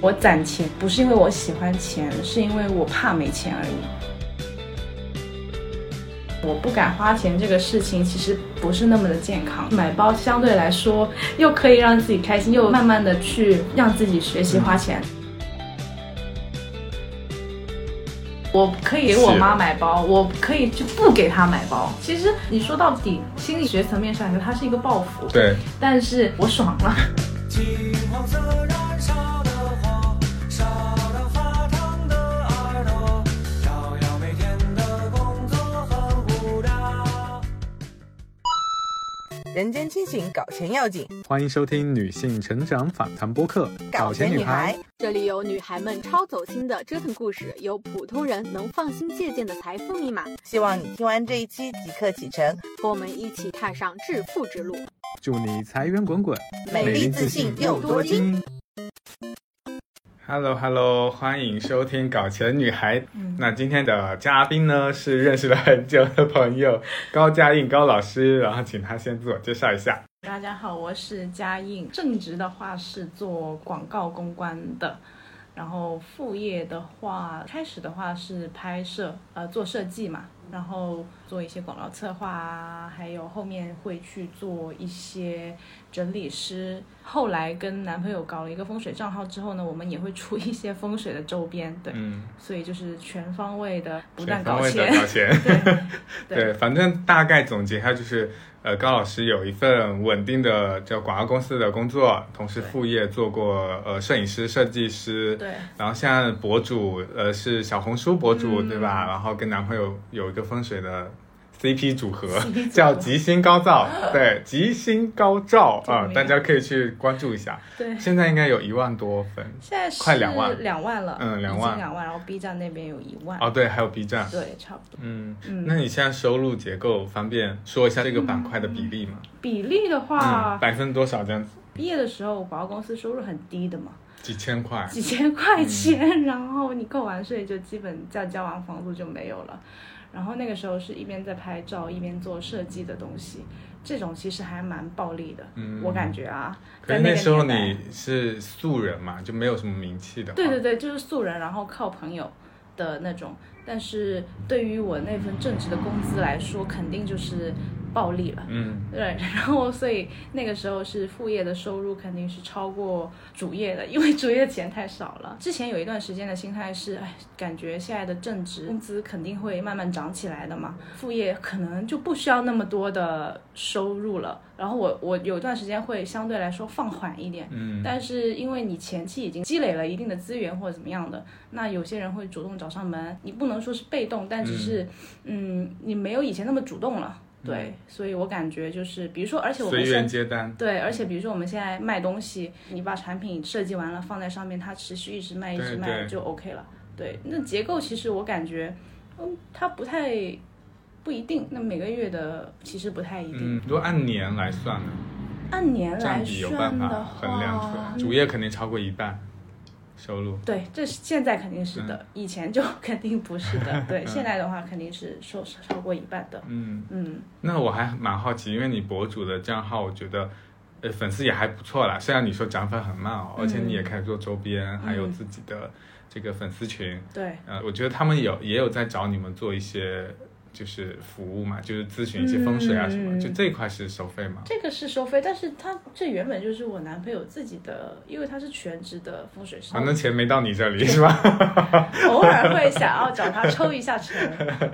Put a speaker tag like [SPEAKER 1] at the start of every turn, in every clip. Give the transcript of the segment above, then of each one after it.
[SPEAKER 1] 我攒钱不是因为我喜欢钱，是因为我怕没钱而已。我不敢花钱这个事情其实不是那么的健康。买包相对来说又可以让自己开心，又慢慢的去让自己学习花钱。我可以给我妈买包，我可以就不给她买包。其实你说到底，心理学层面上来说，它是一个报复。
[SPEAKER 2] 对，
[SPEAKER 1] 但是我爽了。
[SPEAKER 3] 金黄色燃烧的火，烧到发烫的耳朵，瑶瑶每天的工作很无聊。
[SPEAKER 4] 人间清醒，搞钱要紧，
[SPEAKER 2] 欢迎收听女性成长访谈播客《
[SPEAKER 4] 搞钱女孩。
[SPEAKER 5] 这里有女孩们超走心的折腾故事，有普通人能放心借鉴的财富密码，
[SPEAKER 4] 希望你听完这一期即刻启程，
[SPEAKER 5] 和我们一起踏上致富之路。
[SPEAKER 2] 祝你财源滚滚，
[SPEAKER 4] 美丽自信又多金。。
[SPEAKER 2] Hello Hello，欢迎收听《搞钱女孩》
[SPEAKER 4] 嗯
[SPEAKER 2] 那今天的嘉宾呢是认识了很久的朋友高佳印高老师，然后请他先自我介绍一下。
[SPEAKER 1] 大家好，我是佳印，正职的话是做广告公关的，然后副业的话，开始的话是拍摄，呃，做设计嘛，然后做一些广告策划啊，还有后面会去做一些整理师。后来跟男朋友搞了一个风水账号之后呢，我们也会出一些风水的周边，对，
[SPEAKER 2] 嗯，
[SPEAKER 1] 所以就是全方位的，不但
[SPEAKER 2] 全
[SPEAKER 1] 搞
[SPEAKER 2] 方位的
[SPEAKER 1] 钱，
[SPEAKER 2] 搞钱。
[SPEAKER 1] 对，
[SPEAKER 2] 对，反正大概总结一下就是，呃，高老师有一份稳定的叫广告公司的工作，同时副业做过呃摄影师、设计师，
[SPEAKER 1] 对，
[SPEAKER 2] 然后现在博主呃是小红书博主、
[SPEAKER 1] 嗯
[SPEAKER 2] 对吧？然后跟男朋友有一个风水的 CP 组合，
[SPEAKER 1] CP 组合
[SPEAKER 2] 叫吉星 高照，对，吉星高照
[SPEAKER 1] 救
[SPEAKER 2] 啊、
[SPEAKER 1] 命
[SPEAKER 2] 大家可以去关注一下。
[SPEAKER 1] 对。
[SPEAKER 2] 现在应该有一万多粉
[SPEAKER 1] 现在是
[SPEAKER 2] 快两万
[SPEAKER 1] 两万了，
[SPEAKER 2] 嗯两万
[SPEAKER 1] 已经两万，然后 B 站那边有一万，
[SPEAKER 2] 哦，对，还有 B 站，
[SPEAKER 1] 对，差不多。
[SPEAKER 2] 嗯，
[SPEAKER 1] 嗯
[SPEAKER 2] 那你现在收入结构方便说一下这个板块的比例吗？
[SPEAKER 1] 比例的话，
[SPEAKER 2] 嗯，百分之多少这样子？
[SPEAKER 1] 毕业的时候广告公司收入很低的嘛，
[SPEAKER 2] 几千块，
[SPEAKER 1] 几千块
[SPEAKER 2] 嗯
[SPEAKER 1] 钱，然后你扣完税就基本再交完房租就没有了。然后那个时候是一边在拍照一边做设计的东西，这种其实还蛮暴利的，
[SPEAKER 2] 嗯
[SPEAKER 1] 我感觉啊。
[SPEAKER 2] 可
[SPEAKER 1] 在
[SPEAKER 2] 是
[SPEAKER 1] 那
[SPEAKER 2] 那
[SPEAKER 1] 个
[SPEAKER 2] 时候
[SPEAKER 1] 年代
[SPEAKER 2] 你是素人嘛，就没有什么名气的。
[SPEAKER 1] 对对，对，就是素人，然后靠朋友的那种。但是对于我那份正职的工资来说，肯定就是暴利了。
[SPEAKER 2] 嗯，
[SPEAKER 1] 对，然后所以那个时候是副业的收入肯定是超过主业的，因为主业钱太少了。之前有一段时间的心态是，哎，感觉现在的正职工资肯定会慢慢涨起来的
[SPEAKER 2] 嗯
[SPEAKER 1] 嘛，副业可能就不需要那么多的收入了。然后我我有一段时间会相对来说放缓一点，
[SPEAKER 2] 嗯，
[SPEAKER 1] 但是因为你前期已经积累了一定的资源或者怎么样的，那有些人会主动找上门，你不能说是被动，但只是嗯你没有以前那么主动了。对，所以我感觉就是，比如说，而且我
[SPEAKER 2] 嗯随
[SPEAKER 1] 们
[SPEAKER 2] 缘
[SPEAKER 1] 现
[SPEAKER 2] 接单。
[SPEAKER 1] 对，而且比如说我们现在卖东西，你把产品设计完了放在上面，它持续一直卖，一直
[SPEAKER 2] 对
[SPEAKER 1] 卖
[SPEAKER 2] 对
[SPEAKER 1] 就 OK 了。对，那结构其实我感觉，嗯，它不太不一定，那每个月的其实不太一定。
[SPEAKER 2] 嗯，如果按年来算呢，
[SPEAKER 1] 按年
[SPEAKER 2] 占
[SPEAKER 1] 来
[SPEAKER 2] 比有
[SPEAKER 1] 算
[SPEAKER 2] 办
[SPEAKER 1] 的
[SPEAKER 2] 法
[SPEAKER 1] 话，
[SPEAKER 2] 衡量出来，主业肯定超过一半收入。
[SPEAKER 1] 对，这是现在肯定是
[SPEAKER 2] 嗯
[SPEAKER 1] 的，以前就 肯定不是 的。对，现在的话肯定是收超过一半的。
[SPEAKER 2] 嗯，
[SPEAKER 1] 嗯，
[SPEAKER 2] 那我还蛮好奇，因为你博主的账号，我觉得。呃，粉丝也还不错啦。虽然你说涨粉很慢哦，而且你
[SPEAKER 1] 嗯
[SPEAKER 2] 也开始做周边，还有自己的这个粉丝群，
[SPEAKER 1] 对，
[SPEAKER 2] 呃，我觉得他们有也有在找你们做一些就是服务嘛，就是咨询一些风水啊什么，
[SPEAKER 1] 嗯
[SPEAKER 2] 就这一块是收费吗？
[SPEAKER 1] 这个是收费，但是他这原本就是我男朋友自己的，因为他是全职的风水师，
[SPEAKER 2] 反正钱没到你这里是吧？
[SPEAKER 1] 偶尔会想要找他抽一下 成，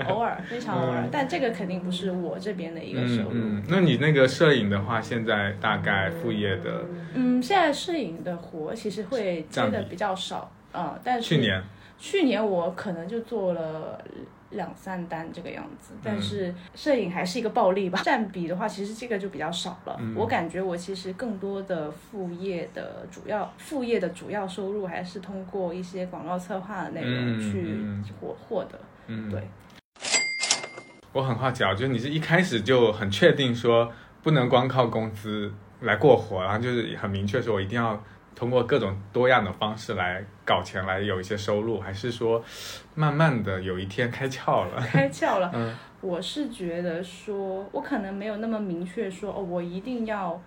[SPEAKER 1] 偶尔非常偶尔，但这个肯定不是我这边的一个收
[SPEAKER 2] 嗯
[SPEAKER 1] 入。
[SPEAKER 2] 嗯，那你那个摄影的话，现在大概副业的
[SPEAKER 1] 嗯现在摄影的活其实会接
[SPEAKER 2] 占
[SPEAKER 1] 的
[SPEAKER 2] 比
[SPEAKER 1] 比较少，嗯，但是
[SPEAKER 2] 去年
[SPEAKER 1] 去年我可能就做了两三单这个样子，
[SPEAKER 2] 嗯
[SPEAKER 1] 但是摄影还是一个暴利吧，占比的话，其实这个就比较少了。
[SPEAKER 2] 嗯
[SPEAKER 1] 我感觉我其实更多的副业的主要副业的主要收入还是通过一些广告策划的内容
[SPEAKER 2] 嗯
[SPEAKER 1] 去
[SPEAKER 2] 嗯
[SPEAKER 1] 获获得。
[SPEAKER 2] 嗯，
[SPEAKER 1] 对，
[SPEAKER 2] 我很好奇啊，就是你是一开始就很确定说不能光靠工资来过活，然后就是很明确说我一定要通过各种多样的方式来搞钱，来有一些收入，还是说慢慢的有一天开窍了？
[SPEAKER 1] 开窍了。
[SPEAKER 2] 嗯
[SPEAKER 1] 我是觉得说，我可能没有那么明确说哦，我一定要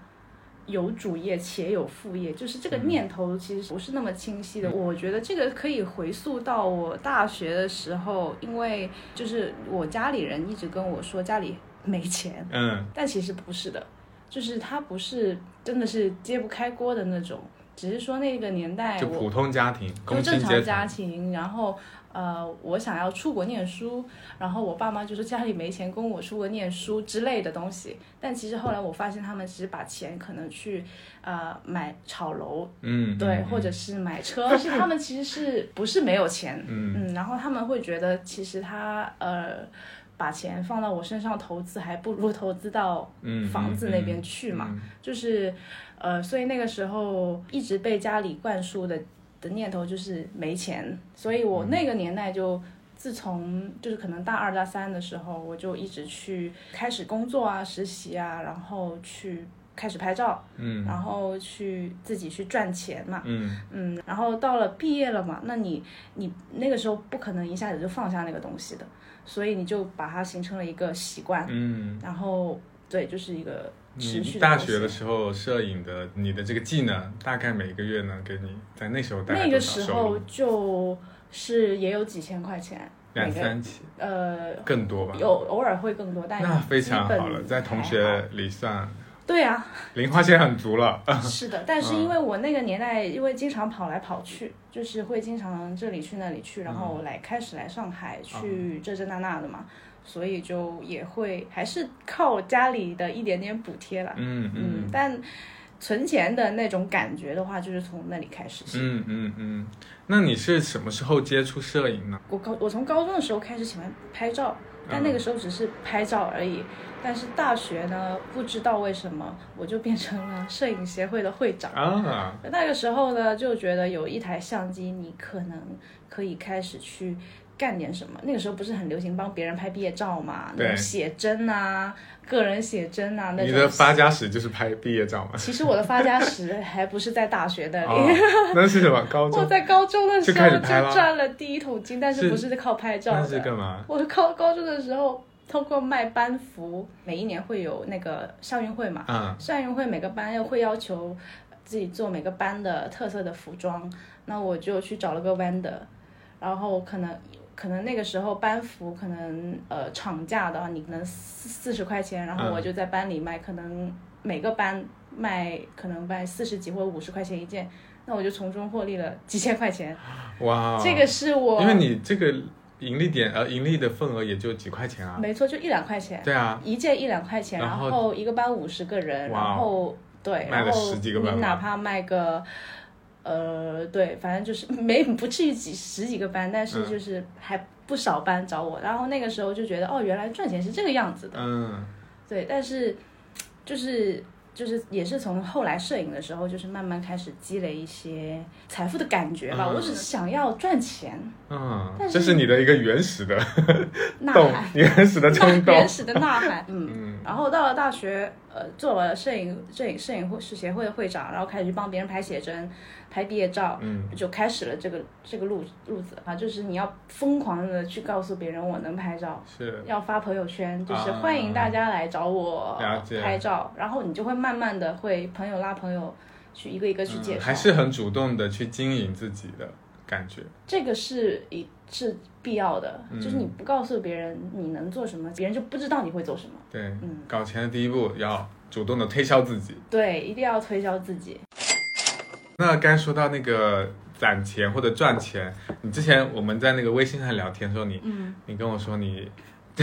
[SPEAKER 1] 有主业且有副业，就是这个念头其实不是那么清晰的。我觉得这个可以回溯到我大学的时候，因为就是我家里人一直跟我说家里没钱，
[SPEAKER 2] 嗯
[SPEAKER 1] 但其实不是的，就是他不是真的是揭不开锅的那种，只是说那个年代
[SPEAKER 2] 就
[SPEAKER 1] 哎我
[SPEAKER 2] 普通家庭，
[SPEAKER 1] 就
[SPEAKER 2] 工
[SPEAKER 1] 正
[SPEAKER 2] 薪
[SPEAKER 1] 常
[SPEAKER 2] 阶
[SPEAKER 1] 家
[SPEAKER 2] 层，
[SPEAKER 1] 庭，然后呃，我想要出国念书，然后我爸妈就说家里没钱供我出国念书之类的东西。但其实后来我发现，他们其实把钱可能去呃买炒楼，
[SPEAKER 2] 嗯，
[SPEAKER 1] 对，
[SPEAKER 2] 嗯
[SPEAKER 1] 或者是买车， 是他们其实是不是没有钱？
[SPEAKER 2] 嗯
[SPEAKER 1] 然后他们会觉得其实他呃。把钱放到我身上投资，还不如投资到
[SPEAKER 2] 嗯
[SPEAKER 1] 房子那边去嘛。，就是，呃，所以那个时候一直被家里灌输的的念头就是没钱，所以
[SPEAKER 2] 嗯
[SPEAKER 1] 我那个年代就。自从就是可能大二大三的时候，我就一直去开始工作啊、实习啊，然后去开始拍照，
[SPEAKER 2] 嗯
[SPEAKER 1] 然后去自己去赚钱嘛。
[SPEAKER 2] 嗯
[SPEAKER 1] 嗯，然后到了毕业了嘛，那你你那个时候不可能一下子就放下那个东西的，所以你就把它形成了一个习惯，
[SPEAKER 2] 嗯
[SPEAKER 1] 然后对，就是一个持续
[SPEAKER 2] 你
[SPEAKER 1] 的
[SPEAKER 2] 大
[SPEAKER 1] 东
[SPEAKER 2] 学
[SPEAKER 1] 西
[SPEAKER 2] 的时候，摄影的你的这个技能，大概每个月能给你在那时候大
[SPEAKER 1] 那
[SPEAKER 2] 概多
[SPEAKER 1] 个
[SPEAKER 2] 少
[SPEAKER 1] 时
[SPEAKER 2] 收
[SPEAKER 1] 候
[SPEAKER 2] 入？
[SPEAKER 1] 就是也有几千块钱，
[SPEAKER 2] 两
[SPEAKER 1] 每个
[SPEAKER 2] 三千，
[SPEAKER 1] 呃，
[SPEAKER 2] 更多吧？
[SPEAKER 1] 有偶尔会更多，但
[SPEAKER 2] 那非
[SPEAKER 1] 基
[SPEAKER 2] 常
[SPEAKER 1] 本
[SPEAKER 2] 好了，在同
[SPEAKER 1] 还
[SPEAKER 2] 学
[SPEAKER 1] 好
[SPEAKER 2] 里算
[SPEAKER 1] 对啊，
[SPEAKER 2] 零花钱很足了。
[SPEAKER 1] 是的，但是
[SPEAKER 2] 嗯
[SPEAKER 1] 因为我那个年代，因为经常跑来跑去，就是会经常这里去那里去，然
[SPEAKER 2] 嗯
[SPEAKER 1] 后来开始来上海去这这那那的嘛，所以就也会还是靠家里的一点点补贴啦。
[SPEAKER 2] 嗯嗯
[SPEAKER 1] 嗯，但存钱的那种感觉的话，就是从那里开始。
[SPEAKER 2] 嗯嗯嗯，那你是什么时候接触摄影呢？
[SPEAKER 1] 我高我从高中的时候开始喜欢拍照，但
[SPEAKER 2] 嗯
[SPEAKER 1] 那个时候只是拍照而已。但是大学呢，不知道为什么我就变成了摄影协会的会长。
[SPEAKER 2] 啊，
[SPEAKER 1] 那个时候呢，就觉得有一台相机，你可能可以开始去干点什么。那个时候不是很流行帮别人拍毕业照嘛，那
[SPEAKER 2] 对
[SPEAKER 1] 种写真啊，个人写真啊，那种。
[SPEAKER 2] 你的发家史就是拍毕业照吗？
[SPEAKER 1] 其实我的发家史还不是在大学的里。
[SPEAKER 2] 哦，那是什么？高
[SPEAKER 1] 我
[SPEAKER 2] 中？
[SPEAKER 1] 在高中的时
[SPEAKER 2] 就开
[SPEAKER 1] 候
[SPEAKER 2] 始
[SPEAKER 1] 就
[SPEAKER 2] 拍了
[SPEAKER 1] 赚了第一桶金，但是
[SPEAKER 2] 是
[SPEAKER 1] 不是靠拍照的。
[SPEAKER 2] 那是干 嘛？
[SPEAKER 1] 我高高中的时候，通过卖班服，每一年会有那个校运会嘛，
[SPEAKER 2] 嗯
[SPEAKER 1] 校运会每个班又会要求自己做每个班的特色的服装，那我就去找了个 vendor，然后可能。可能那个时候班服可能呃厂价的话，你可能四四十块钱，然后
[SPEAKER 2] 嗯
[SPEAKER 1] 我就在班里卖，可能每个班卖可能卖四十几或五十块钱一件，那我就从中获利了几千块钱。
[SPEAKER 2] 哇，哦
[SPEAKER 1] 这个是我
[SPEAKER 2] 啊因为你这个盈利点呃盈利的份额也就几块钱啊。
[SPEAKER 1] 没错，就一两块钱。
[SPEAKER 2] 对啊，
[SPEAKER 1] 一件一两块钱，
[SPEAKER 2] 然
[SPEAKER 1] 然
[SPEAKER 2] 后
[SPEAKER 1] 后一个班五十个人，
[SPEAKER 2] 哇哦
[SPEAKER 1] 然后对，
[SPEAKER 2] 卖了
[SPEAKER 1] 然后
[SPEAKER 2] 十几个班吧
[SPEAKER 1] 你哪怕卖个，呃，对，反正就是没不至于几十几个班，但是
[SPEAKER 2] 嗯
[SPEAKER 1] 就是还不少班找我，然后那个时候就觉得哦，原来赚钱是这个样子的，
[SPEAKER 2] 嗯
[SPEAKER 1] 对，但是就是。就是也是从后来摄影的时候，就是慢慢开始积累一些财富的感觉吧。
[SPEAKER 2] 嗯
[SPEAKER 1] 我只是想要赚钱，
[SPEAKER 2] 嗯，
[SPEAKER 1] 但是
[SPEAKER 2] 这是你的一个原始的
[SPEAKER 1] 呐
[SPEAKER 2] 动
[SPEAKER 1] 喊，，
[SPEAKER 2] 原始的冲动
[SPEAKER 1] 原。始的呐喊，嗯。然后到了大学，呃，做了摄影摄影摄影会是协会的会长，然后开始去帮别人拍写真、拍毕业照，
[SPEAKER 2] 嗯，
[SPEAKER 1] 就开始了这个这个路路子啊，就是你要疯狂的去告诉别人我能拍照，
[SPEAKER 2] 是，
[SPEAKER 1] 要发朋友圈，就是
[SPEAKER 2] 啊
[SPEAKER 1] 欢迎大家来找我
[SPEAKER 2] 了解
[SPEAKER 1] 拍照，然后你就会慢慢的会朋友拉朋友去一个一个去介
[SPEAKER 2] 嗯
[SPEAKER 1] 绍，
[SPEAKER 2] 还是很主动的去经营自己的感觉。
[SPEAKER 1] 这个是一是必要的，
[SPEAKER 2] 嗯
[SPEAKER 1] 就是你不告诉别人你能做什么，别人就不知道你会做什么。
[SPEAKER 2] 对，
[SPEAKER 1] 嗯
[SPEAKER 2] 搞钱的第一步要主动的推销自己。
[SPEAKER 1] 对，一定要推销自己。
[SPEAKER 2] 那刚才说到那个攒钱或者赚钱，你之前我们在那个微信上聊天说你，
[SPEAKER 1] 嗯，
[SPEAKER 2] 你跟我说你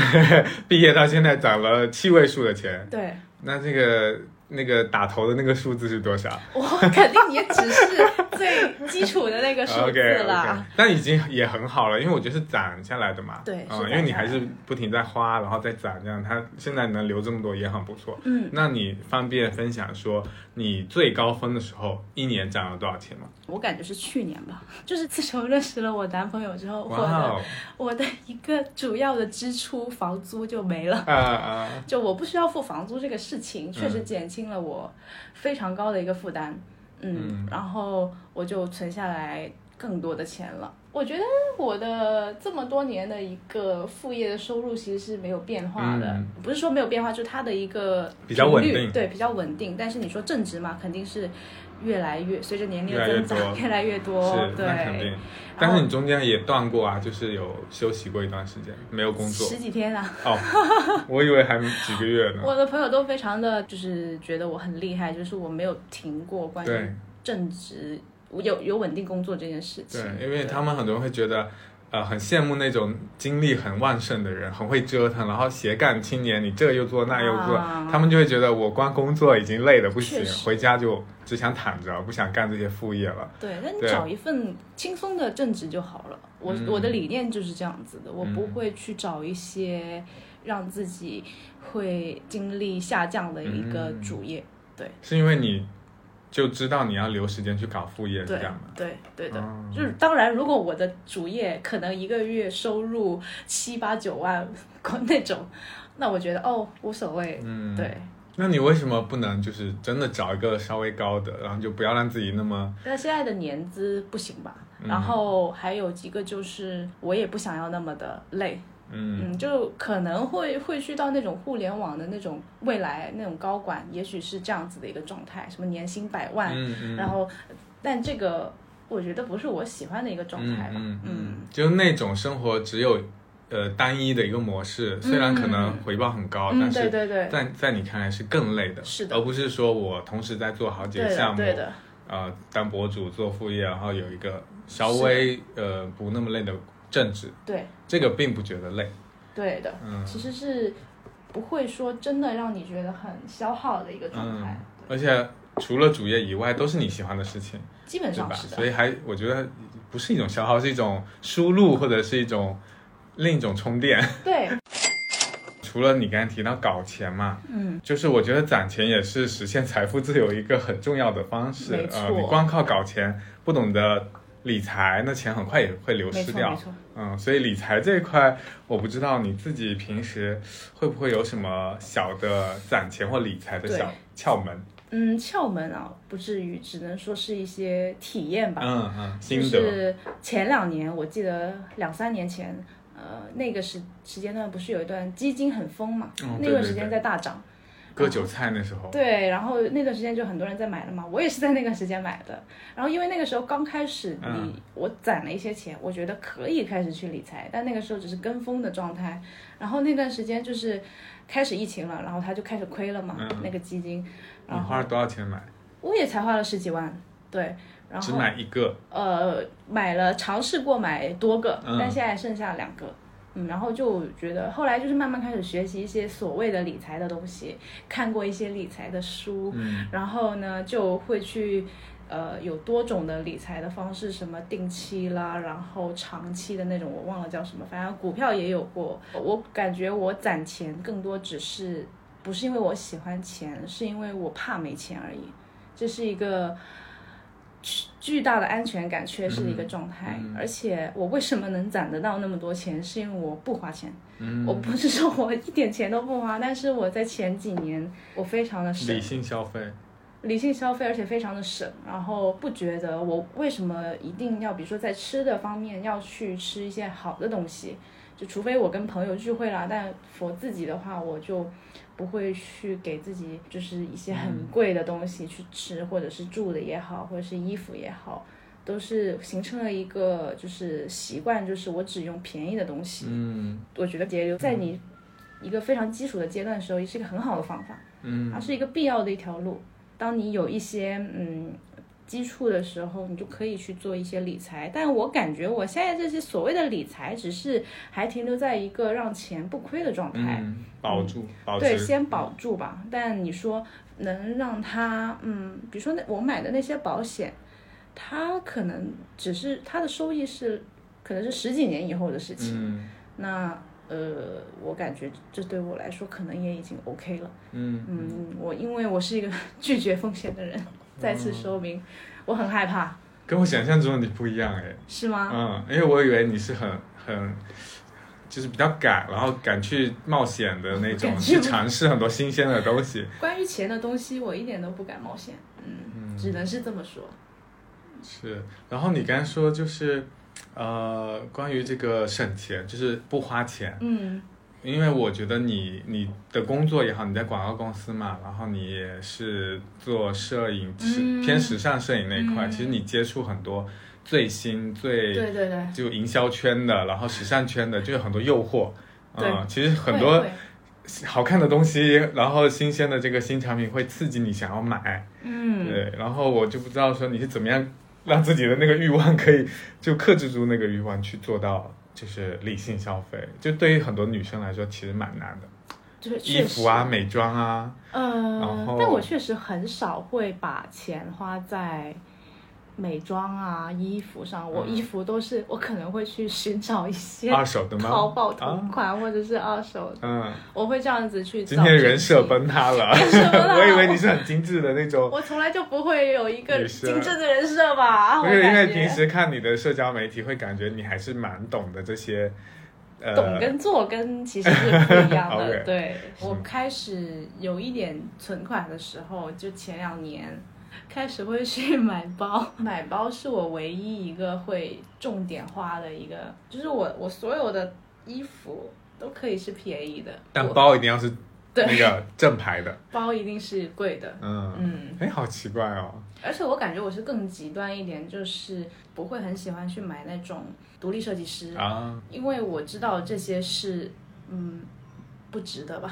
[SPEAKER 2] 毕业到现在攒了七位数的钱，
[SPEAKER 1] 对，
[SPEAKER 2] 那这个那个打头的那个数字是多少
[SPEAKER 1] 我 肯定也只是最基础的那个呃 数字
[SPEAKER 2] ？OK
[SPEAKER 1] 啦。
[SPEAKER 2] OK，但已经也很好了，因为我觉得是攒下来的嘛。
[SPEAKER 1] 对是
[SPEAKER 2] 嗯，
[SPEAKER 1] 攒
[SPEAKER 2] 因为你
[SPEAKER 1] 下来
[SPEAKER 2] 还是不停在花，然后再攒，这样它现在能留这么多也很不错。
[SPEAKER 1] 嗯，
[SPEAKER 2] 那你方便分享说你最高峰的时候一年攒了多少钱吗？
[SPEAKER 1] 我感觉是去年吧，就是自从认识了我男朋友之后，我
[SPEAKER 2] 哇
[SPEAKER 1] 的
[SPEAKER 2] 哦，
[SPEAKER 1] 我的一个主要的支出房租就没了。
[SPEAKER 2] 啊啊，
[SPEAKER 1] 就我不需要付房租这个事
[SPEAKER 2] 嗯
[SPEAKER 1] 情，确实减轻了我非常高的一个负担。嗯，
[SPEAKER 2] 嗯
[SPEAKER 1] 然后我就存下来更多的钱了。我觉得我的这么多年的一个副业的收入其实是没有变化的，
[SPEAKER 2] 嗯
[SPEAKER 1] 不是说没有变化，就是它的一个
[SPEAKER 2] 比较稳
[SPEAKER 1] 频率
[SPEAKER 2] 定
[SPEAKER 1] 对，比较稳定。但是你说正职嘛，肯定是越来越随着年龄
[SPEAKER 2] 越
[SPEAKER 1] 的
[SPEAKER 2] 来越
[SPEAKER 1] 增长
[SPEAKER 2] 多
[SPEAKER 1] 越来越多，
[SPEAKER 2] 是，
[SPEAKER 1] 对，
[SPEAKER 2] 那肯定。
[SPEAKER 1] 然
[SPEAKER 2] 但
[SPEAKER 1] 后
[SPEAKER 2] 是你中间也断过啊，就是有休息过一段时间，没有工作嗯
[SPEAKER 1] 十几天啊。
[SPEAKER 2] 哦，我以为还几个月呢。
[SPEAKER 1] 我的朋友都非常的就是觉得我很厉害，就是我没有停过关于
[SPEAKER 2] 对
[SPEAKER 1] 正职我有有稳定工作这件事情
[SPEAKER 2] 对，，因为他们很多人会觉得，呃，很羡慕那种精力很旺盛的人，很会折腾，然后斜杠青年，你这又做那又做，
[SPEAKER 1] 啊
[SPEAKER 2] 他们就会觉得我光工作已经累得不行
[SPEAKER 1] 确，实
[SPEAKER 2] 回家就只想躺着，不想干这些副业了。
[SPEAKER 1] 对，那你
[SPEAKER 2] 对
[SPEAKER 1] 找一份轻松的正职就好了。我、
[SPEAKER 2] 嗯
[SPEAKER 1] 我的理念就是这样子的，我不
[SPEAKER 2] 嗯
[SPEAKER 1] 会去找一些让自己会精力下降的一个
[SPEAKER 2] 嗯
[SPEAKER 1] 主业。
[SPEAKER 2] 是因为你就知道你要留时间去搞副业，是
[SPEAKER 1] 对
[SPEAKER 2] 这样吗？
[SPEAKER 1] 对对的，
[SPEAKER 2] 哦
[SPEAKER 1] 就是当然，如果我的主业可能一个月收入七八九万 那种，那我觉得哦无所谓。
[SPEAKER 2] 嗯，
[SPEAKER 1] 对，
[SPEAKER 2] 那你为什么不能就是真的找一个稍微高的，然后就不要让自己那么
[SPEAKER 1] 但现在的年资不行吧？
[SPEAKER 2] 嗯
[SPEAKER 1] 然后还有一个就是，我也不想要那么的累，
[SPEAKER 2] 嗯
[SPEAKER 1] 嗯，就可能会会去到那种互联网的那种未来那种高管，也许是这样子的一个状态，什么年薪百万，
[SPEAKER 2] 嗯嗯，
[SPEAKER 1] 然后，但这个我觉得不是我喜欢的一个状态吧，
[SPEAKER 2] 嗯嗯，就那种生活只有呃单一的一个模式，虽然可能回报很高，
[SPEAKER 1] 嗯，
[SPEAKER 2] 但
[SPEAKER 1] 对
[SPEAKER 2] 是
[SPEAKER 1] 对对，
[SPEAKER 2] 在在你看来是更累的，
[SPEAKER 1] 是的
[SPEAKER 2] 而不是说我同时在做好几
[SPEAKER 1] 对
[SPEAKER 2] 个
[SPEAKER 1] 的
[SPEAKER 2] 项目，
[SPEAKER 1] 对的，
[SPEAKER 2] 呃，当博主做副业，然后有一个稍微呃不那么累的正职，
[SPEAKER 1] 对
[SPEAKER 2] 这个并不觉得累，
[SPEAKER 1] 对的，
[SPEAKER 2] 嗯
[SPEAKER 1] 其实是不会说真的让你觉得很消耗的一个状
[SPEAKER 2] 嗯
[SPEAKER 1] 态，，
[SPEAKER 2] 而且除了主业以外都是你喜欢的事情，
[SPEAKER 1] 基本
[SPEAKER 2] 对
[SPEAKER 1] 上
[SPEAKER 2] 吧？
[SPEAKER 1] 是
[SPEAKER 2] 所
[SPEAKER 1] 的，
[SPEAKER 2] 以还我觉得不是一种消耗，是一种输入或者是一种另一种充电。
[SPEAKER 1] 对，
[SPEAKER 2] 除了你刚才提到搞钱嘛，
[SPEAKER 1] 嗯，
[SPEAKER 2] 就是我觉得攒钱也是实现财富自由一个很重要的方式。
[SPEAKER 1] 没错
[SPEAKER 2] 呃，你光靠搞钱，不懂得理财，那钱很快也会流
[SPEAKER 1] 没
[SPEAKER 2] 失
[SPEAKER 1] 错没
[SPEAKER 2] 掉。
[SPEAKER 1] 错。
[SPEAKER 2] 嗯，所以理财这一块，我不知道你自己平时会不会有什么小的攒钱或理财的小窍门？
[SPEAKER 1] 嗯，窍门啊，不至于，只能说是一些体验吧。
[SPEAKER 2] 嗯嗯，
[SPEAKER 1] 就
[SPEAKER 2] 心得。
[SPEAKER 1] 是前两年，我记得两三年前，呃，那个时时间段不是有一段基金很疯嘛，
[SPEAKER 2] 嗯
[SPEAKER 1] 那
[SPEAKER 2] 对
[SPEAKER 1] 段
[SPEAKER 2] 对
[SPEAKER 1] 时间
[SPEAKER 2] 对
[SPEAKER 1] 在大涨，
[SPEAKER 2] 割韭菜那时候，
[SPEAKER 1] 啊对，然后那段时间就很多人在买了嘛，我也是在那个时间买的。然后因为那个时候刚开始你，
[SPEAKER 2] 嗯
[SPEAKER 1] 我攒了一些钱，我觉得可以开始去理财，但那个时候只是跟风的状态。然后那段时间就是开始疫情了，然后它就开始亏了嘛，
[SPEAKER 2] 嗯
[SPEAKER 1] 那个基金，
[SPEAKER 2] 你
[SPEAKER 1] 然后
[SPEAKER 2] 花了多少钱买？
[SPEAKER 1] 我也才花了十几万，对，然
[SPEAKER 2] 只
[SPEAKER 1] 后
[SPEAKER 2] 买一个，
[SPEAKER 1] 呃买了尝试过买多个，
[SPEAKER 2] 嗯
[SPEAKER 1] 但现在剩下两个。嗯，然后就觉得后来就是慢慢开始学习一些所谓的理财的东西，看过一些理财的书，
[SPEAKER 2] 嗯
[SPEAKER 1] 然后呢就会去呃有多种的理财的方式，什么定期啦，然后长期的那种我忘了叫什么，反正股票也有过。我感觉我攒钱更多只是不是因为我喜欢钱，是因为我怕没钱而已，这是一个。巨巨大的安全感缺失的一个状态，
[SPEAKER 2] 嗯嗯
[SPEAKER 1] 而且我为什么能攒得到那么多钱，是因为我不花钱。
[SPEAKER 2] 嗯，
[SPEAKER 1] 我不是说我一点钱都不花，但是我在前几年我非常的省
[SPEAKER 2] 理，性消费，
[SPEAKER 1] 理性消费，而且非常的省，然后不觉得我为什么一定要，比如说在吃的方面要去吃一些好的东西，就除非我跟朋友聚会啦，但我自己的话，我就不会去给自己就是一些很
[SPEAKER 2] 嗯
[SPEAKER 1] 贵的东西去吃，或者是住的也好，或者是衣服也好，都是形成了一个就是习惯，就是我只用便宜的东西。
[SPEAKER 2] 嗯
[SPEAKER 1] 我觉得节流在你一个非常基础的阶段的时候，也是一个很好的方法。
[SPEAKER 2] 嗯
[SPEAKER 1] 它是一个必要的一条路。当你有一些嗯基础的时候，你就可以去做一些理财。但我感觉我现在这些所谓的理财，只是还停留在一个让钱不亏的状态。
[SPEAKER 2] 嗯，保住，保嗯
[SPEAKER 1] 对，
[SPEAKER 2] 持，
[SPEAKER 1] 先保住吧。但你说能让它，嗯，比如说那我买的那些保险，它可能只是它的收益是，可能是十几年以后的事情。
[SPEAKER 2] 嗯
[SPEAKER 1] 那呃，我感觉这对我来说可能也已经 OK 了。
[SPEAKER 2] 嗯。
[SPEAKER 1] 嗯，我因为我是一个 拒绝风险的人，再次说明我很害怕，
[SPEAKER 2] 跟我想象中的你不一样哎、
[SPEAKER 1] 是吗？
[SPEAKER 2] 嗯，因为我以为你是很很，就是比较敢，然后敢去冒险的那种，
[SPEAKER 1] 敢去
[SPEAKER 2] 去尝试很多新鲜的东西。
[SPEAKER 1] 关于钱的东西，我一点都不敢冒险，
[SPEAKER 2] 嗯
[SPEAKER 1] 嗯，只能是这么说。
[SPEAKER 2] 是，然后你刚才说就是，呃，关于这个省钱，就是不花钱，
[SPEAKER 1] 嗯
[SPEAKER 2] 因为我觉得你你的工作也好，你在广告公司嘛，然后你也是做摄影，是、
[SPEAKER 1] 嗯
[SPEAKER 2] 偏时尚摄影那一块，
[SPEAKER 1] 嗯
[SPEAKER 2] 其实你接触很多最新最
[SPEAKER 1] 对对对，
[SPEAKER 2] 就营销圈的，然后时尚圈的，就有很多诱惑。
[SPEAKER 1] 对
[SPEAKER 2] 嗯，其实很
[SPEAKER 1] 会
[SPEAKER 2] 多
[SPEAKER 1] 会
[SPEAKER 2] 好看的东西， 然后新鲜的这个新产品会刺激你想要买，
[SPEAKER 1] 嗯，
[SPEAKER 2] 对。然后我就不知道说你是怎么样让自己的那个欲望可以就克制住那个欲望去做到就是理性消费，就对于很多女生来说其实蛮难的，
[SPEAKER 1] 就是确
[SPEAKER 2] 衣
[SPEAKER 1] 实
[SPEAKER 2] 服啊、，美妆啊，然
[SPEAKER 1] 嗯
[SPEAKER 2] 后，
[SPEAKER 1] 但我确实很少会把钱花在美妆啊、衣服上，我
[SPEAKER 2] 嗯
[SPEAKER 1] 衣服都是我可能会去寻找一些
[SPEAKER 2] 二手的吗？
[SPEAKER 1] 淘宝同
[SPEAKER 2] 啊，
[SPEAKER 1] 款或者是二手的，
[SPEAKER 2] 嗯，
[SPEAKER 1] 我会这样子去。
[SPEAKER 2] 今天人设，崩塌了，
[SPEAKER 1] 崩塌了
[SPEAKER 2] 我以为你是很精致的那 种。
[SPEAKER 1] 我从来就不会有一个
[SPEAKER 2] 女生
[SPEAKER 1] 精致的人设吧？啊
[SPEAKER 2] 不是
[SPEAKER 1] 我感
[SPEAKER 2] 啊因
[SPEAKER 1] 觉
[SPEAKER 2] 为平时看你的社交媒体，会感觉你还是蛮懂的这些，呃，
[SPEAKER 1] 懂跟做跟其实是不一样的。
[SPEAKER 2] OK
[SPEAKER 1] 对
[SPEAKER 2] 嗯
[SPEAKER 1] 我开始有一点存款的时候，就前两年开始会去买包，买包是我唯一一个会重点花的一个，就是我我所有的衣服都可以是便宜的，
[SPEAKER 2] 但
[SPEAKER 1] 我
[SPEAKER 2] 包一定要是
[SPEAKER 1] 对
[SPEAKER 2] 那个正牌 的，
[SPEAKER 1] 包一定是贵的。
[SPEAKER 2] 嗯，
[SPEAKER 1] 嗯，
[SPEAKER 2] 哎，好奇怪哦，
[SPEAKER 1] 而且我感觉我是更极端一点，就是不会很喜欢去买那种独立设计师
[SPEAKER 2] 啊，
[SPEAKER 1] 因为我知道这些是，嗯，不值得 吧，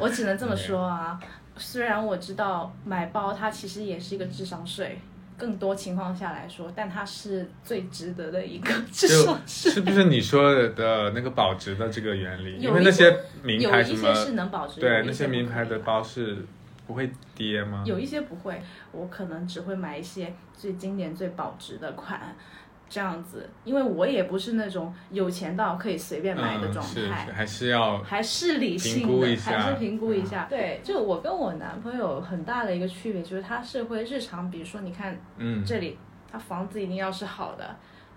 [SPEAKER 1] 我只能这么说啊。虽然我知道买包它其实也是一个智商税，更多情况下来说，但它是最值得的一个智
[SPEAKER 2] 就
[SPEAKER 1] 商税。
[SPEAKER 2] 是不是你说的那个保值的这个原理？
[SPEAKER 1] 有
[SPEAKER 2] 因为那些名
[SPEAKER 1] 有
[SPEAKER 2] 牌
[SPEAKER 1] 一
[SPEAKER 2] 什
[SPEAKER 1] 些是
[SPEAKER 2] 么，
[SPEAKER 1] 能保值，有
[SPEAKER 2] 对
[SPEAKER 1] 一
[SPEAKER 2] 那
[SPEAKER 1] 些
[SPEAKER 2] 些
[SPEAKER 1] 不
[SPEAKER 2] 名
[SPEAKER 1] 可
[SPEAKER 2] 牌
[SPEAKER 1] 以
[SPEAKER 2] 的
[SPEAKER 1] 吧。
[SPEAKER 2] 包是不会跌吗？
[SPEAKER 1] 有一些不会，我可能只会买一些最经典、最保值的款，这样子，因为我也不是那种有钱到可以随便买的
[SPEAKER 2] 嗯，
[SPEAKER 1] 状
[SPEAKER 2] 是
[SPEAKER 1] 态。
[SPEAKER 2] 是还是要
[SPEAKER 1] 还是理性的，
[SPEAKER 2] 评估一下嗯
[SPEAKER 1] 还是评估一下。对，就我跟我男朋友很大的一个区别，就是他是会日常，比如说你看
[SPEAKER 2] 嗯，
[SPEAKER 1] 这里，他房子一定要是好的，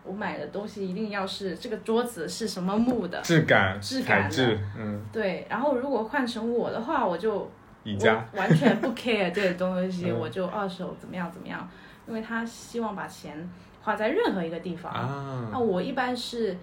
[SPEAKER 1] 我买的东西一定要是这个桌子是什么木的，
[SPEAKER 2] 质感、
[SPEAKER 1] 质感啊
[SPEAKER 2] 材
[SPEAKER 1] 的
[SPEAKER 2] 质，嗯，
[SPEAKER 1] 对。然后如果换成我的话，我就
[SPEAKER 2] 宜家，
[SPEAKER 1] 我完全 不 care 这些东西，
[SPEAKER 2] 嗯
[SPEAKER 1] 我就二手怎么样怎么样，因为他希望把钱花在任何一个地方。
[SPEAKER 2] 啊
[SPEAKER 1] 那我一般是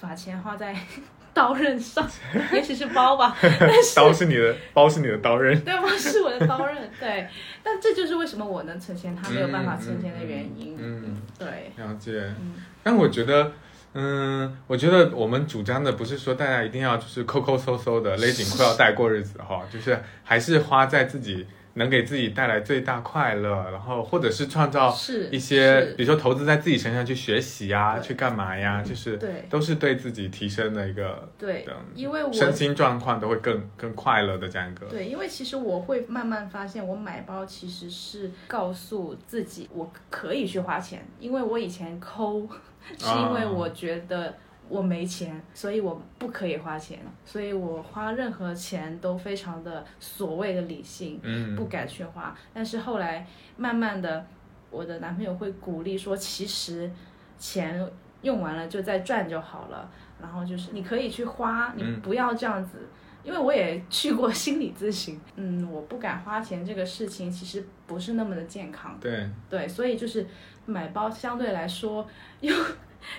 [SPEAKER 1] 把钱花在 刀刃上，也许是包吧，但是
[SPEAKER 2] 刀是你的，包是你的刀刃，
[SPEAKER 1] 对，我是我的刀刃，对。但这就是为什么我能存钱，他没有办法存钱的原因。
[SPEAKER 2] 嗯。嗯
[SPEAKER 1] 对，
[SPEAKER 2] 了解，
[SPEAKER 1] 嗯
[SPEAKER 2] 但我觉得，嗯，我觉得我们主张的不是说大家一定要就是抠抠搜搜的勒紧 裤腰带过日子哈，就是还是花在自己能给自己带来最大快乐，然后或者是创造
[SPEAKER 1] 是
[SPEAKER 2] 一些，比
[SPEAKER 1] 是
[SPEAKER 2] 如说投资在自己身上去学习呀、
[SPEAKER 1] 对
[SPEAKER 2] 去干嘛呀，就是
[SPEAKER 1] 对
[SPEAKER 2] 都是对自己提升的一个
[SPEAKER 1] 对
[SPEAKER 2] 嗯，
[SPEAKER 1] 因为我
[SPEAKER 2] 身心状况都会更更快乐的这样一个。
[SPEAKER 1] 对，因为其实我会慢慢发现，我买包其实是告诉自己我可以去花钱，因为我以前抠，是因
[SPEAKER 2] 啊
[SPEAKER 1] 为我觉得。我没钱，所以我不可以花钱，所以我花任何钱都非常的所谓的理性，
[SPEAKER 2] 嗯
[SPEAKER 1] 不敢去花。但是后来慢慢的，我的男朋友会鼓励说，其实钱用完了就再赚就好了。然后就是你可以去花，你
[SPEAKER 2] 嗯
[SPEAKER 1] 不要这样子。因为我也去过 心理咨询，嗯，我不敢花钱这个事情其实不是那么的健康，
[SPEAKER 2] 对，
[SPEAKER 1] 对，所以就是买包相对来说又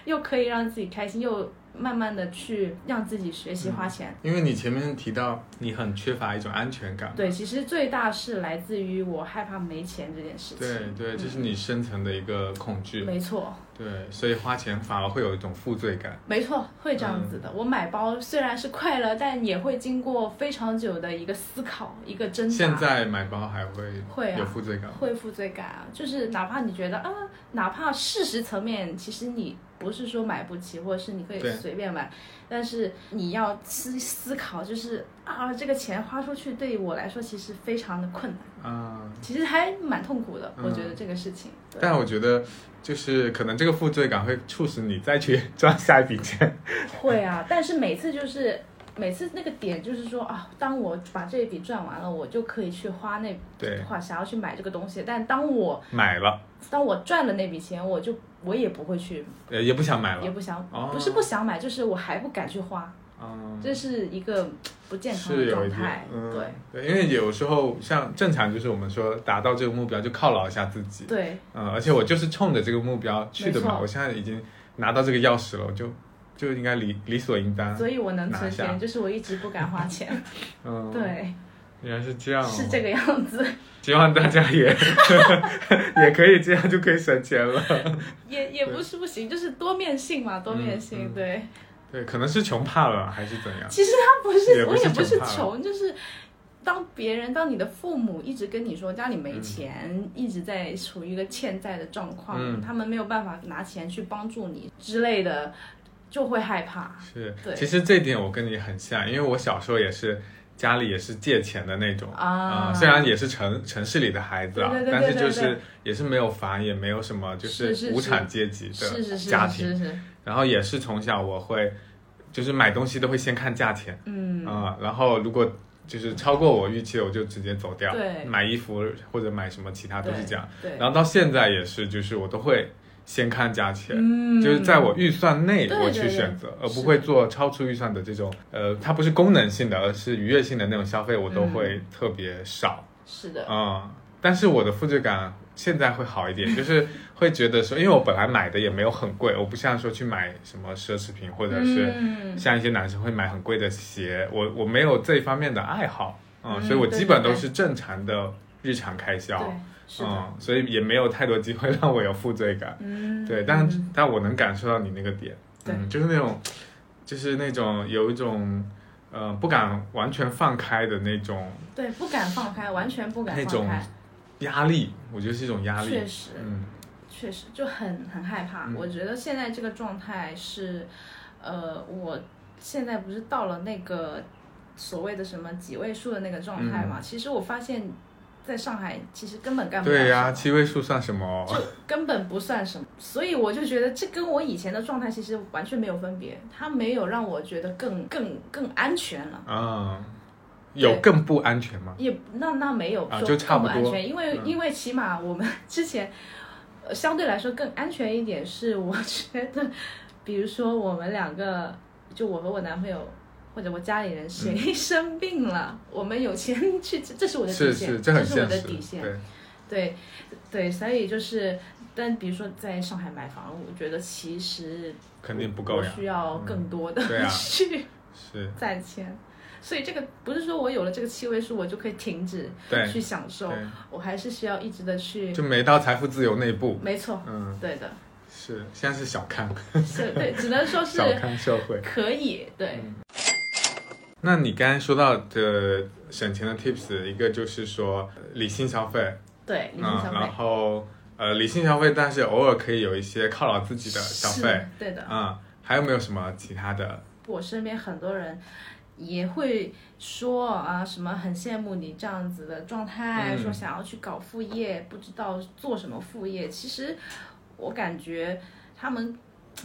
[SPEAKER 1] 又可以让自己开心，又慢慢的去让自己学习花钱，
[SPEAKER 2] 因为你前面提到你很缺乏一种安全感嘛，
[SPEAKER 1] 对，其实最大是来自于我害怕没钱这件事情。
[SPEAKER 2] 对对，这是你深层的一个恐惧。
[SPEAKER 1] 没错，
[SPEAKER 2] 对，所以花钱反而会有一种负罪感。
[SPEAKER 1] 没错，会这样子的。
[SPEAKER 2] 嗯
[SPEAKER 1] 我买包虽然是快乐，但也会经过非常久的一个思考，一个挣扎。
[SPEAKER 2] 现在买包还会
[SPEAKER 1] 会啊
[SPEAKER 2] 有负罪感吗，
[SPEAKER 1] 会负罪感啊，就是哪怕你觉得啊，哪怕事实层面，其实你不是说买不起，或者是你可以
[SPEAKER 2] 对
[SPEAKER 1] 随便买，但是你要思思考，就是啊，这个钱花出去对于我来说其实非常的困难，
[SPEAKER 2] 啊、
[SPEAKER 1] 其实还蛮痛苦的。我
[SPEAKER 2] 嗯
[SPEAKER 1] 觉得这个事情，对
[SPEAKER 2] 但我觉得就是可能这个负罪感会促使你再去赚下一笔 钱。
[SPEAKER 1] 会啊，但是每次就是每次那个点就是说啊，当我把这一笔赚完了，我就可以去花那
[SPEAKER 2] 对，
[SPEAKER 1] 花想要去买这个东西。但当我
[SPEAKER 2] 买了，
[SPEAKER 1] 当我赚了那笔钱，我就我也不会去，
[SPEAKER 2] 呃，也不想买
[SPEAKER 1] 也
[SPEAKER 2] 了。
[SPEAKER 1] 不想，
[SPEAKER 2] 哦
[SPEAKER 1] 不是不想买，就是我还不敢去花。
[SPEAKER 2] 嗯，
[SPEAKER 1] 这是一个不健康
[SPEAKER 2] 是
[SPEAKER 1] 的
[SPEAKER 2] 有一
[SPEAKER 1] 状
[SPEAKER 2] 点
[SPEAKER 1] 态，，
[SPEAKER 2] 嗯
[SPEAKER 1] 对，
[SPEAKER 2] 对，因为有时候像正常就是我们说达到这个目标就犒劳一下自己，
[SPEAKER 1] 对，
[SPEAKER 2] 嗯，而且我就是冲着这个目标去的
[SPEAKER 1] 没
[SPEAKER 2] 嘛，
[SPEAKER 1] 错
[SPEAKER 2] 我现在已经拿到这个钥匙了，我就就应该理理所应当，
[SPEAKER 1] 所以我能
[SPEAKER 2] 拿
[SPEAKER 1] 存
[SPEAKER 2] 下
[SPEAKER 1] 钱，就是我一直不敢花 钱，
[SPEAKER 2] 嗯，，
[SPEAKER 1] 对，
[SPEAKER 2] 原来是这样、哦，
[SPEAKER 1] 是这个样子，
[SPEAKER 2] 希望大家也 也可以这样就可以省钱了。
[SPEAKER 1] 也也不是不行，就是多面性嘛，多面性，
[SPEAKER 2] 嗯
[SPEAKER 1] 对。
[SPEAKER 2] 对，可能是穷怕了还是怎样？
[SPEAKER 1] 其实他不
[SPEAKER 2] 啊也
[SPEAKER 1] 是，
[SPEAKER 2] 不
[SPEAKER 1] 我
[SPEAKER 2] 是啊
[SPEAKER 1] 也不是
[SPEAKER 2] 穷怕
[SPEAKER 1] 穷，就是当别人当你的父母一直跟你说家里没钱，一直在处于一个欠债的状况，
[SPEAKER 2] 嗯
[SPEAKER 1] 他们没有办法拿钱去帮助你之类的，就会害怕。
[SPEAKER 2] 是，
[SPEAKER 1] 对
[SPEAKER 2] 其实这点我跟你很像，因为我小时候也是家里也是借钱的那种
[SPEAKER 1] 啊
[SPEAKER 2] 呃虽然也是城城市里的孩子啊，
[SPEAKER 1] 对对对
[SPEAKER 2] 但是
[SPEAKER 1] 对
[SPEAKER 2] 就
[SPEAKER 1] 对
[SPEAKER 2] 是也是没有房，也没有什么就是
[SPEAKER 1] 是
[SPEAKER 2] 无
[SPEAKER 1] 是
[SPEAKER 2] 产阶级
[SPEAKER 1] 是
[SPEAKER 2] 的
[SPEAKER 1] 是是
[SPEAKER 2] 家
[SPEAKER 1] 是
[SPEAKER 2] 庭，
[SPEAKER 1] 是是，
[SPEAKER 2] 然后也是从小我会就是买东西都会先看价钱
[SPEAKER 1] 嗯，
[SPEAKER 2] 啊、然后如果就是超过我预期的，我就直接走掉，
[SPEAKER 1] 对
[SPEAKER 2] 买衣服或者买什么其他都
[SPEAKER 1] 对
[SPEAKER 2] 是这样。
[SPEAKER 1] 对，
[SPEAKER 2] 然后到现在也是，就是我都会先看价钱，
[SPEAKER 1] 嗯
[SPEAKER 2] 就是在我预算内
[SPEAKER 1] 对
[SPEAKER 2] 我去
[SPEAKER 1] 对对
[SPEAKER 2] 选择，而
[SPEAKER 1] 是
[SPEAKER 2] 不会做超出预算的这种，呃，它不是功能性的，而是愉悦性的那种消费，我
[SPEAKER 1] 嗯
[SPEAKER 2] 都会特别少，
[SPEAKER 1] 是的，
[SPEAKER 2] 嗯，但是我的负罪感。现在会好一点， 就是会觉得说，因为我本来买的也没有很贵，我不像说去买什么奢侈品，或者是
[SPEAKER 1] 嗯
[SPEAKER 2] 像一些男生会买很贵的鞋，我我没有这一方面的爱好，嗯，
[SPEAKER 1] 嗯
[SPEAKER 2] 所以我
[SPEAKER 1] 对
[SPEAKER 2] 基本
[SPEAKER 1] 对
[SPEAKER 2] 都
[SPEAKER 1] 对
[SPEAKER 2] 是正常的日常开销，
[SPEAKER 1] 对，是的，
[SPEAKER 2] 嗯，所以也没有太多机会让我有负罪感。
[SPEAKER 1] 嗯，
[SPEAKER 2] 对，但但我能感受到你那个点，
[SPEAKER 1] 对
[SPEAKER 2] 嗯，就是那种，就是那种有一种，呃，不敢完全放开的那种
[SPEAKER 1] 对不敢放开，完全不敢
[SPEAKER 2] 那
[SPEAKER 1] 放
[SPEAKER 2] 种
[SPEAKER 1] 开，
[SPEAKER 2] 压力，我觉得是一种压力
[SPEAKER 1] 确。实，
[SPEAKER 2] 嗯，
[SPEAKER 1] 确实就很很害怕。
[SPEAKER 2] 嗯
[SPEAKER 1] 我觉得现在这个状态是，呃，我现在不是到了那个所谓的什么几位数的那个状态
[SPEAKER 2] 嗯
[SPEAKER 1] 嘛？其实我发现，在上海其实根本干不了
[SPEAKER 2] 对呀、
[SPEAKER 1] 什么
[SPEAKER 2] 七位数算什么？
[SPEAKER 1] 根本不算什么。所以我就觉得这跟我以前的状态其实完全没有分别，它没有让我觉得更更更安全了。
[SPEAKER 2] 嗯，
[SPEAKER 1] 对
[SPEAKER 2] 有更不安全吗？
[SPEAKER 1] 也那那没有
[SPEAKER 2] 啊
[SPEAKER 1] 说
[SPEAKER 2] 就差
[SPEAKER 1] 更
[SPEAKER 2] 不
[SPEAKER 1] 安
[SPEAKER 2] 多
[SPEAKER 1] 全，因为、
[SPEAKER 2] 嗯
[SPEAKER 1] 因为起码我们 之前、呃相对来说更安全一点，是我觉得，比如说我们两个，就我和我男朋友或者我家里人谁生病了，我们有钱去， 这这是我的底
[SPEAKER 2] 嗯是
[SPEAKER 1] 线，
[SPEAKER 2] 是，这很
[SPEAKER 1] 是我
[SPEAKER 2] 现
[SPEAKER 1] 的
[SPEAKER 2] 实。
[SPEAKER 1] 底线，
[SPEAKER 2] 对，
[SPEAKER 1] 对对，所以就是，但比如说在上海买房，我觉得其实
[SPEAKER 2] 肯定不
[SPEAKER 1] 我
[SPEAKER 2] 够呀。
[SPEAKER 1] 需要
[SPEAKER 2] 嗯
[SPEAKER 1] 更多的、
[SPEAKER 2] 对啊
[SPEAKER 1] 去
[SPEAKER 2] 是，
[SPEAKER 1] 攒钱。所以这个不是说我有了这个七位数，我就可以停止
[SPEAKER 2] 对
[SPEAKER 1] 去享受，
[SPEAKER 2] 对，
[SPEAKER 1] 我还是需要一直的去。
[SPEAKER 2] 就没到财富自由那一步。
[SPEAKER 1] 没错，
[SPEAKER 2] 嗯，
[SPEAKER 1] 对的，
[SPEAKER 2] 是，现在是小康，
[SPEAKER 1] 是对，只能说是
[SPEAKER 2] 小康社会。
[SPEAKER 1] 可以，对，
[SPEAKER 2] 那你刚才说到的省钱的 tips，一个就是说呃理性消费，
[SPEAKER 1] 对，理性
[SPEAKER 2] 嗯
[SPEAKER 1] 消，费
[SPEAKER 2] 然，后呃理性消费，但是偶尔可以有一些犒劳自己的消费
[SPEAKER 1] 是，对的。
[SPEAKER 2] 嗯，还有没有什么其他的？
[SPEAKER 1] 我身边很多人也会说啊，什么很羡慕你这样子的状态，
[SPEAKER 2] 嗯
[SPEAKER 1] 说想要去搞副业，不知道做什么副业。其实我感觉他们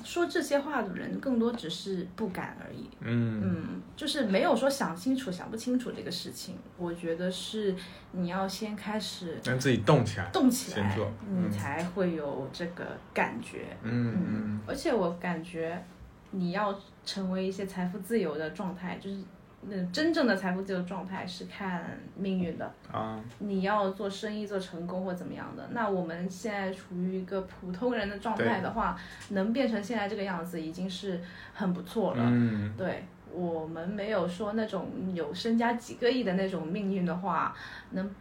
[SPEAKER 1] 说这些话的人，更多只是不敢而已。
[SPEAKER 2] 嗯
[SPEAKER 1] 嗯，就是没有说想清楚、想不清楚这个事情。我觉得是你要先开始
[SPEAKER 2] 让自己动起来，
[SPEAKER 1] 动起
[SPEAKER 2] 先
[SPEAKER 1] 来
[SPEAKER 2] 做，嗯
[SPEAKER 1] 你才会有这个感觉。
[SPEAKER 2] 嗯嗯，
[SPEAKER 1] 而且我感觉，你要成为一些财富自由的状态，就是那真正的财富自由状态是看命运的。
[SPEAKER 2] 啊，
[SPEAKER 1] 你要做生意做成功或怎么样的，那我们现在处于一个普通人的状态的话，能变成现在这个样子，已经是很不错了。
[SPEAKER 2] 嗯，
[SPEAKER 1] 对我们没有说那种有身家几个亿的那种命运的话，能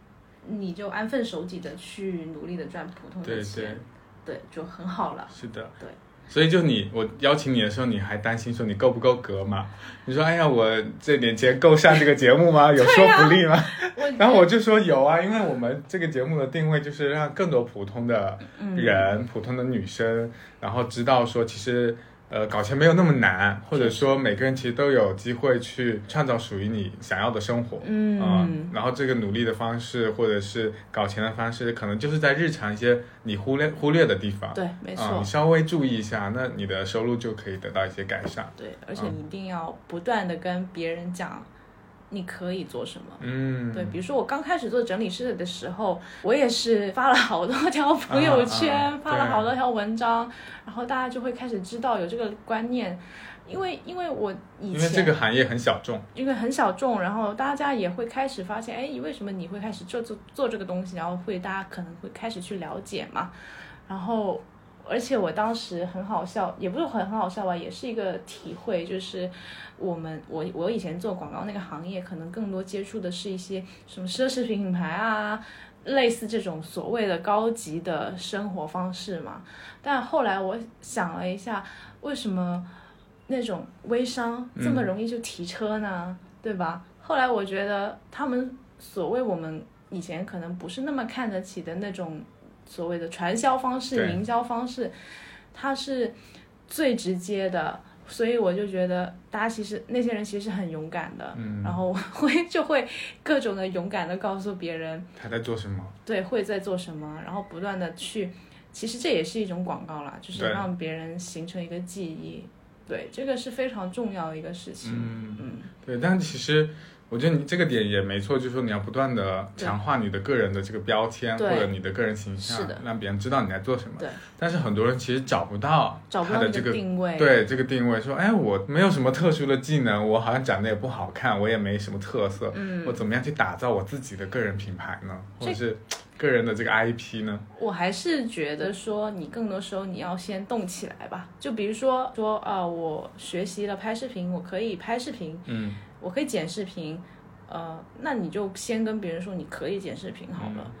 [SPEAKER 1] 你就安分守己的去努力的赚普通
[SPEAKER 2] 对
[SPEAKER 1] 的
[SPEAKER 2] 对
[SPEAKER 1] 钱，，对，就很好了。
[SPEAKER 2] 是的，
[SPEAKER 1] 对。
[SPEAKER 2] 所以就你，我邀请你的时候，你还担心说你够不够格嘛？你说，哎呀，我这点钱够上这个节 目吗？有说服力吗？
[SPEAKER 1] 啊我
[SPEAKER 2] 然后我就说有啊，因为我们这个节目的定位就是让更多普通的
[SPEAKER 1] 嗯
[SPEAKER 2] 人、普通的女生，然后知道说其实呃搞钱没有那么难，或者说每个人其实都有机会去创造属于你想要的生活。
[SPEAKER 1] 嗯
[SPEAKER 2] 啊然后这个努力的方式，或者是搞钱的方式，可能就是在日常一些你忽略忽略的地方。
[SPEAKER 1] 对，没错。
[SPEAKER 2] 啊，你稍微注意一下，那你的收入就可以得到一些改善。
[SPEAKER 1] 对，而且一定要不断的跟别人讲，你可以做什么。
[SPEAKER 2] 嗯，
[SPEAKER 1] 对，比如说我刚开始做整理师的时候，我也是发了好多条朋友圈，
[SPEAKER 2] 啊啊
[SPEAKER 1] 发了
[SPEAKER 2] 对
[SPEAKER 1] 好多条文章，然后大家就会开始知道有这个观念，因为因为我以
[SPEAKER 2] 因
[SPEAKER 1] 前
[SPEAKER 2] 为这个行业很小众，
[SPEAKER 1] 因为很小众，然后大家也会开始发现，哎，你为什么你会开始做做做这个东西？然后会大家可能会开始去了解嘛。然后，而且我当时很好笑，也不是很很好笑吧，啊也是一个体会，就是我们我我以前做广告那个行业，可能更多接触的是一些什么奢侈品品牌啊。类似这种所谓的高级的生活方式嘛，但后来我想了一下，为什么那种微商这么容易就提车呢？对吧？后来我觉得他们所谓我们以前可能不是那么看得起的那种所谓的传销方式、
[SPEAKER 2] 对
[SPEAKER 1] 营销方式，它是最直接的。所以我就觉得，大家其实那些人其实很勇敢的，
[SPEAKER 2] 嗯
[SPEAKER 1] 然后我会就会各种的勇敢的告诉别人，
[SPEAKER 2] 他在做什么？
[SPEAKER 1] 对，会在做什么，然后不断的去，其实这也是一种广告啦，就是
[SPEAKER 2] 对
[SPEAKER 1] 让别人形成一个记忆，对，这个是非常重要的一个事情，
[SPEAKER 2] 嗯
[SPEAKER 1] 嗯
[SPEAKER 2] 对，但其实我觉得你这个点也没错，就是说你要不断的强化你的个人的这个标签或
[SPEAKER 1] 对
[SPEAKER 2] 者你的个人形象
[SPEAKER 1] 是的，
[SPEAKER 2] 让别人知道你在做什么。
[SPEAKER 1] 对，
[SPEAKER 2] 但是很多人其实找不到
[SPEAKER 1] 找不
[SPEAKER 2] 他
[SPEAKER 1] 到
[SPEAKER 2] 的
[SPEAKER 1] 那
[SPEAKER 2] 这
[SPEAKER 1] 个
[SPEAKER 2] 个。
[SPEAKER 1] 定位，
[SPEAKER 2] 对这个定位，说，哎，我没有什么特殊的技能，我好像长得也不好看，我也没什么特色，
[SPEAKER 1] 嗯
[SPEAKER 2] 我怎么样去打造我自己的个人品牌呢？或
[SPEAKER 1] 这
[SPEAKER 2] 者是个人的这个 IP 呢？
[SPEAKER 1] 我还是觉得说，你更多时候你要先动起来吧。就比如说说啊、我学习了拍视频，我可以拍视频，
[SPEAKER 2] 嗯，
[SPEAKER 1] 我可以剪视频，呃，那你就先跟别人说你可以剪视频好了。
[SPEAKER 2] 嗯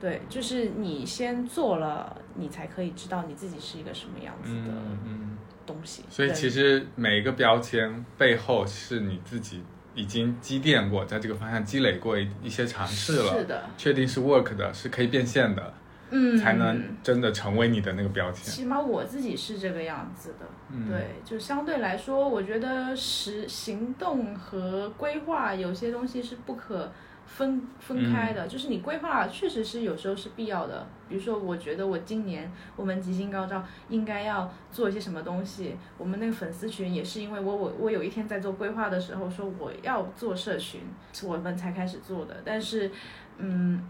[SPEAKER 1] 对，就是你先做了，你才可以知道你自己是一个什么样子
[SPEAKER 2] 嗯
[SPEAKER 1] 的
[SPEAKER 2] 嗯嗯。
[SPEAKER 1] 东西。
[SPEAKER 2] 所以
[SPEAKER 1] 对
[SPEAKER 2] 其实每一个标签背后是你自己已经积淀过，在这个方向积累过一一些尝试了，
[SPEAKER 1] 是的，
[SPEAKER 2] 确定是 work 的，是可以变现的，
[SPEAKER 1] 嗯，
[SPEAKER 2] 才能真的成为你的那个标签。
[SPEAKER 1] 起码我自己是这个样子的，
[SPEAKER 2] 嗯
[SPEAKER 1] 对，就相对来说，我觉得实行动和规划有些东西是不可分分开
[SPEAKER 2] 嗯
[SPEAKER 1] 的，就是你规划确实是有时候是必要的。比如说，我觉得我今年我们吉星高照应该要做一些什么东西，我们那个粉丝群也是因为我我我有一天在做规划的时候说我要做社群，是我们才开始做的，但是，嗯。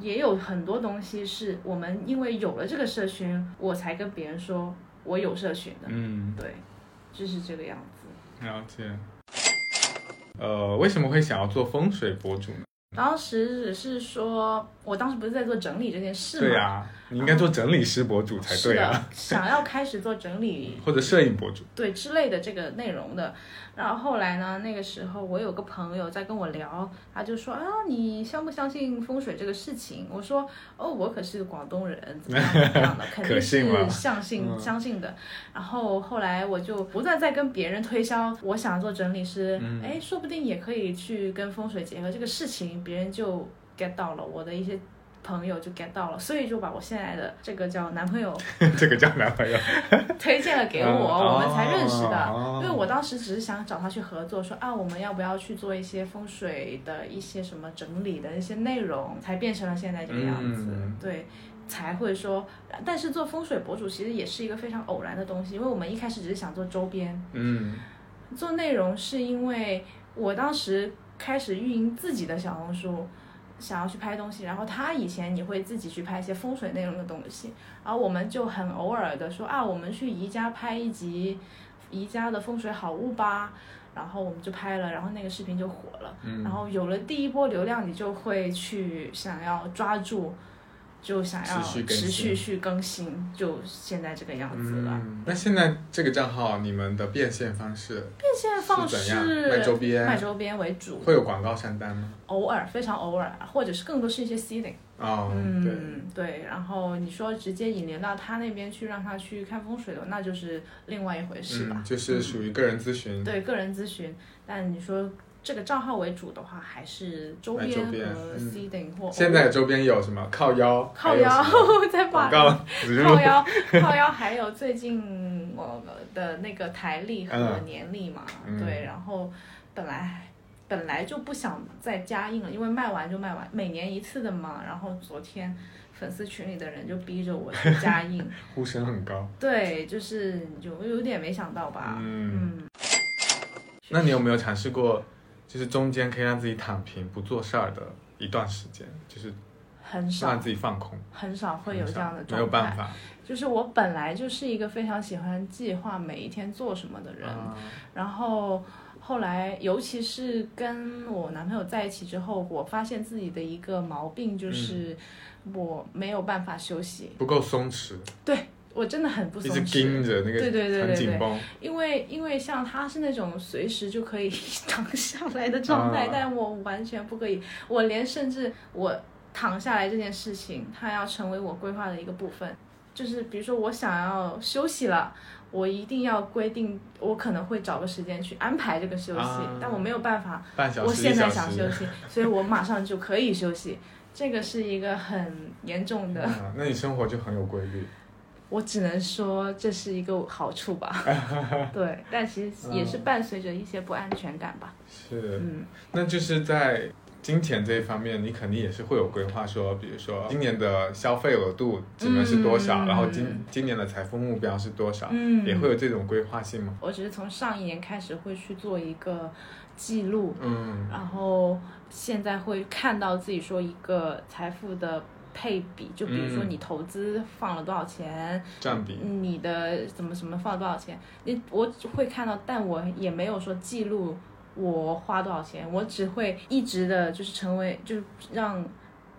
[SPEAKER 1] 也有很多东西是我们因为有了这个社群，我才跟别人说我有社群的。
[SPEAKER 2] 嗯，
[SPEAKER 1] 对，就是这个样子。
[SPEAKER 2] 了解。呃，为什么会想要做风水博主呢？
[SPEAKER 1] 当时只是说，我当时不是在做整理这件事嘛，
[SPEAKER 2] 对呀、你应该做整理师博主才
[SPEAKER 1] 哦是
[SPEAKER 2] 对
[SPEAKER 1] 的，
[SPEAKER 2] 啊，
[SPEAKER 1] 想要开始做整理
[SPEAKER 2] 或者摄影博主。
[SPEAKER 1] 对之类的这个内容的。然后后来呢，那个时候我有个朋友在跟我聊，他就说啊，你相不相信风水这个事情？我说哦，我可是个广东人，怎么样怎么样的， 肯定
[SPEAKER 2] 信吗
[SPEAKER 1] 是相信
[SPEAKER 2] 嗯
[SPEAKER 1] 相信的。然后后来我就不断在跟别人推销，我想做整理师，
[SPEAKER 2] 嗯
[SPEAKER 1] 哎、说不定也可以去跟风水结合这个事情，别人就 get 到了我的一些。朋友就 get 到了，所以就把我现在的这个叫男朋友
[SPEAKER 2] 这个叫男朋友。
[SPEAKER 1] 推荐了给我，
[SPEAKER 2] 嗯
[SPEAKER 1] 我们才认识的。
[SPEAKER 2] 哦
[SPEAKER 1] 因为我当时只是想找他去合作，说啊，我们要不要去做一些风水的一些什么整理的一些内容，才变成了现在这个样子。
[SPEAKER 2] 嗯
[SPEAKER 1] 对，才会说，但是做风水博主其实也是一个非常偶然的东西，因为我们一开始只是想做周边，
[SPEAKER 2] 嗯
[SPEAKER 1] 做内容是因为我当时开始运营自己的小红书，想要去拍东西，然后他以前也会自己去拍一些风水内容的东西，然后我们就很偶尔的说啊，我们去宜家拍一集宜家的风水好物吧。然后我们就拍了，然后那个视频就火了。
[SPEAKER 2] 嗯
[SPEAKER 1] 然后有了第一波流量，你就会去想要抓住，就想要
[SPEAKER 2] 持续更
[SPEAKER 1] 持
[SPEAKER 2] 新
[SPEAKER 1] 续去更新，就现在这个样子了。
[SPEAKER 2] 嗯。那现在这个账号，你们的变现方式
[SPEAKER 1] 现在放
[SPEAKER 2] 是怎样
[SPEAKER 1] 是
[SPEAKER 2] 卖周边
[SPEAKER 1] 卖周边为主，
[SPEAKER 2] 会有广告商单吗？
[SPEAKER 1] 偶尔，非常偶尔，或者是更多是一些 seeding。
[SPEAKER 2] 哦，对。
[SPEAKER 1] 嗯，对。然后你说直接引流到他那边去，让他去看风水的，那就是另外一回事吧。
[SPEAKER 2] 嗯，就是属于个人咨询。
[SPEAKER 1] 对，个人咨询。但你说这个账号为主的话，还是周
[SPEAKER 2] 买
[SPEAKER 1] 边
[SPEAKER 2] 周边
[SPEAKER 1] 和
[SPEAKER 2] 嗯
[SPEAKER 1] seeding 或偶
[SPEAKER 2] 现在周边有什么靠腰？
[SPEAKER 1] 靠
[SPEAKER 2] 还有
[SPEAKER 1] 腰
[SPEAKER 2] 什么
[SPEAKER 1] 在把
[SPEAKER 2] 广告植 入
[SPEAKER 1] 靠。腰靠腰，还有最近我的那个台历和年历嘛，
[SPEAKER 2] 嗯
[SPEAKER 1] 对，然后本来。本来就不想再加印了，因为卖完就卖完，每年一次的嘛。然后昨天粉丝群里的人就逼着我去加 印，
[SPEAKER 2] 呼声很高。
[SPEAKER 1] 对，就是
[SPEAKER 2] 嗯
[SPEAKER 1] 你就有点没想到吧。嗯
[SPEAKER 2] 嗯，那你有没有尝试过就是中间可以让自己躺平不做事儿的一段时间，就是
[SPEAKER 1] 很少
[SPEAKER 2] 让自己放空，
[SPEAKER 1] 很少会有这样的状态，
[SPEAKER 2] 没有办法。
[SPEAKER 1] 就是我本来就是一个非常喜欢计划每一天做什么的人，
[SPEAKER 2] 啊
[SPEAKER 1] 然后后来，尤其是跟我男朋友在一起之后，我发现自己的一个毛病
[SPEAKER 2] 嗯
[SPEAKER 1] 就是我没有办法休息，
[SPEAKER 2] 不够松弛，
[SPEAKER 1] 我真的很不
[SPEAKER 2] 一
[SPEAKER 1] 松
[SPEAKER 2] 直
[SPEAKER 1] 弛
[SPEAKER 2] 盯。着那个，
[SPEAKER 1] 对对对对
[SPEAKER 2] 很紧绷，
[SPEAKER 1] 因为因为像他是那种随时就可以 躺下来的状态，
[SPEAKER 2] 啊
[SPEAKER 1] 但我完全不可以，我连甚至我躺下来这件事情，它要成为我规划的一个部分。就是比如说我想要休息了，我一定要规定，我可能会找个时间去安排这个休息，
[SPEAKER 2] 啊
[SPEAKER 1] 但我没有办法，
[SPEAKER 2] 半小时
[SPEAKER 1] 我现在
[SPEAKER 2] 一
[SPEAKER 1] 想
[SPEAKER 2] 小
[SPEAKER 1] 休
[SPEAKER 2] 时。
[SPEAKER 1] 息，所以我马上就可以休息。这个是一个很严重的，
[SPEAKER 2] 嗯，那你生活就很有规律，
[SPEAKER 1] 我只能说这是一个好处 吧。对，但其实也是
[SPEAKER 2] 嗯
[SPEAKER 1] 伴随着一些不安全感吧。
[SPEAKER 2] 是，
[SPEAKER 1] 嗯，
[SPEAKER 2] 那就是在金钱这一方面，你肯定也是会有规划说，比如说今年的消费额度只能是多少，
[SPEAKER 1] 嗯
[SPEAKER 2] 然后今今年的财富目标是多少，
[SPEAKER 1] 嗯
[SPEAKER 2] 也会有这种规划性吗？
[SPEAKER 1] 我只是从上一年开始会去做一个记录，
[SPEAKER 2] 嗯，
[SPEAKER 1] 然后现在会看到自己说一个财富的配比，就比如说
[SPEAKER 2] 嗯
[SPEAKER 1] 你投资放了多少钱，
[SPEAKER 2] 占比，
[SPEAKER 1] 你的怎么什么放了多少钱，你我只会看到，但我也没有说记录我花多少钱，我只会一直的就是成为就是让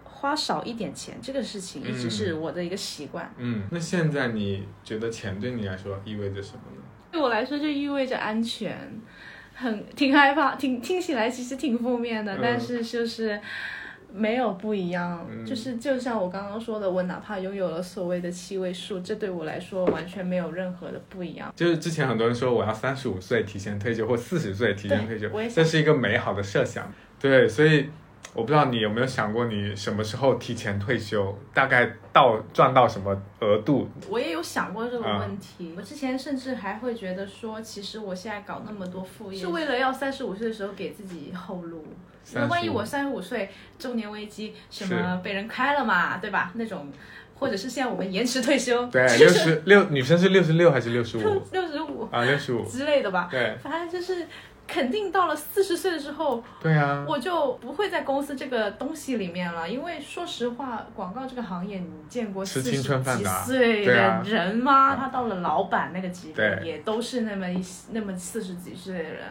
[SPEAKER 1] 花少一点钱这个事情一直是我的一个习惯。
[SPEAKER 2] 嗯，那现在你觉得钱对你来说意味着什么呢？
[SPEAKER 1] 对我来说就意味着安全，很挺害怕，挺听起来其实挺负面的，
[SPEAKER 2] 嗯
[SPEAKER 1] 但是就是。没有不一样，
[SPEAKER 2] 嗯
[SPEAKER 1] 就是就像我刚刚说的，我哪怕拥有了所谓的七位数，这对我来说完全没有任何的不一样。
[SPEAKER 2] 就是之前很多人说我要三十五岁提前退休或四十岁提前退休
[SPEAKER 1] 对我也，想
[SPEAKER 2] 这是一个美好的设想。对，所以我不知道你有没有想过你什么时候提前退休，大概到赚到什么额度？
[SPEAKER 1] 我也有想过这个问题，我之前甚至还会觉得说，其实我现在搞那么多副业，是为了要三十五岁的时候给自己后路。那
[SPEAKER 2] 35
[SPEAKER 1] 万一我三十五岁中年危机，什么
[SPEAKER 2] 是
[SPEAKER 1] 被人开了嘛，对吧？那种，或者是现在我们延迟退休，
[SPEAKER 2] 对，六十六，女生是六十六还是六十五？
[SPEAKER 1] 六十五
[SPEAKER 2] 啊，六十五。
[SPEAKER 1] 之类的吧。
[SPEAKER 2] 对，
[SPEAKER 1] 反正就是，肯定到了四十岁的时候，
[SPEAKER 2] 对啊，
[SPEAKER 1] 我就不会在公司这个东西里面了，因为说实话，广告这个行业你见过
[SPEAKER 2] 吃
[SPEAKER 1] 四十
[SPEAKER 2] 青春饭
[SPEAKER 1] 几
[SPEAKER 2] 的啊
[SPEAKER 1] 岁
[SPEAKER 2] 对
[SPEAKER 1] 的
[SPEAKER 2] 啊
[SPEAKER 1] 人吗？他到了老板那个级别，
[SPEAKER 2] 对
[SPEAKER 1] 也都是那么一那么四十几岁的人。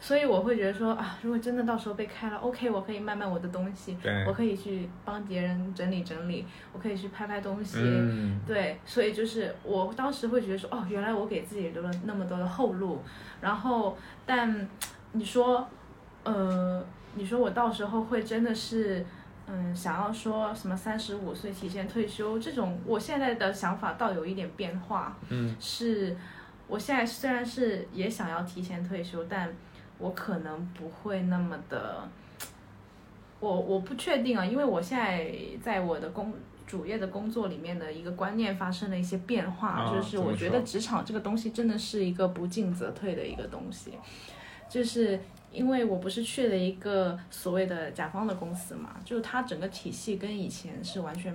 [SPEAKER 1] 所以我会觉得说啊，如果真的到时候被开了，OK，我可以卖卖我的东西，
[SPEAKER 2] 对
[SPEAKER 1] 我可以去帮别人整理整理，我可以去拍拍东西，
[SPEAKER 2] 嗯，
[SPEAKER 1] 对，所以就是我当时会觉得说，哦，原来我给自己留了那么多的后路。然后，但你说，呃，你说我到时候会真的是，嗯，想要说什么三十五岁提前退休这种，我现在的想法倒有一点变化。
[SPEAKER 2] 嗯，
[SPEAKER 1] 是我现在虽然是也想要提前退休，但我可能不会那么的。我我不确定啊，因为我现在在我的工主业的工作里面的一个观念发生了一些变化，
[SPEAKER 2] 啊
[SPEAKER 1] 就是
[SPEAKER 2] 怎么
[SPEAKER 1] 我觉得
[SPEAKER 2] 说
[SPEAKER 1] 职场这个东西真的是一个不进则退的一个东西，就是因为我不是去了一个所谓的甲方的公司嘛，就是它整个体系跟以前是完全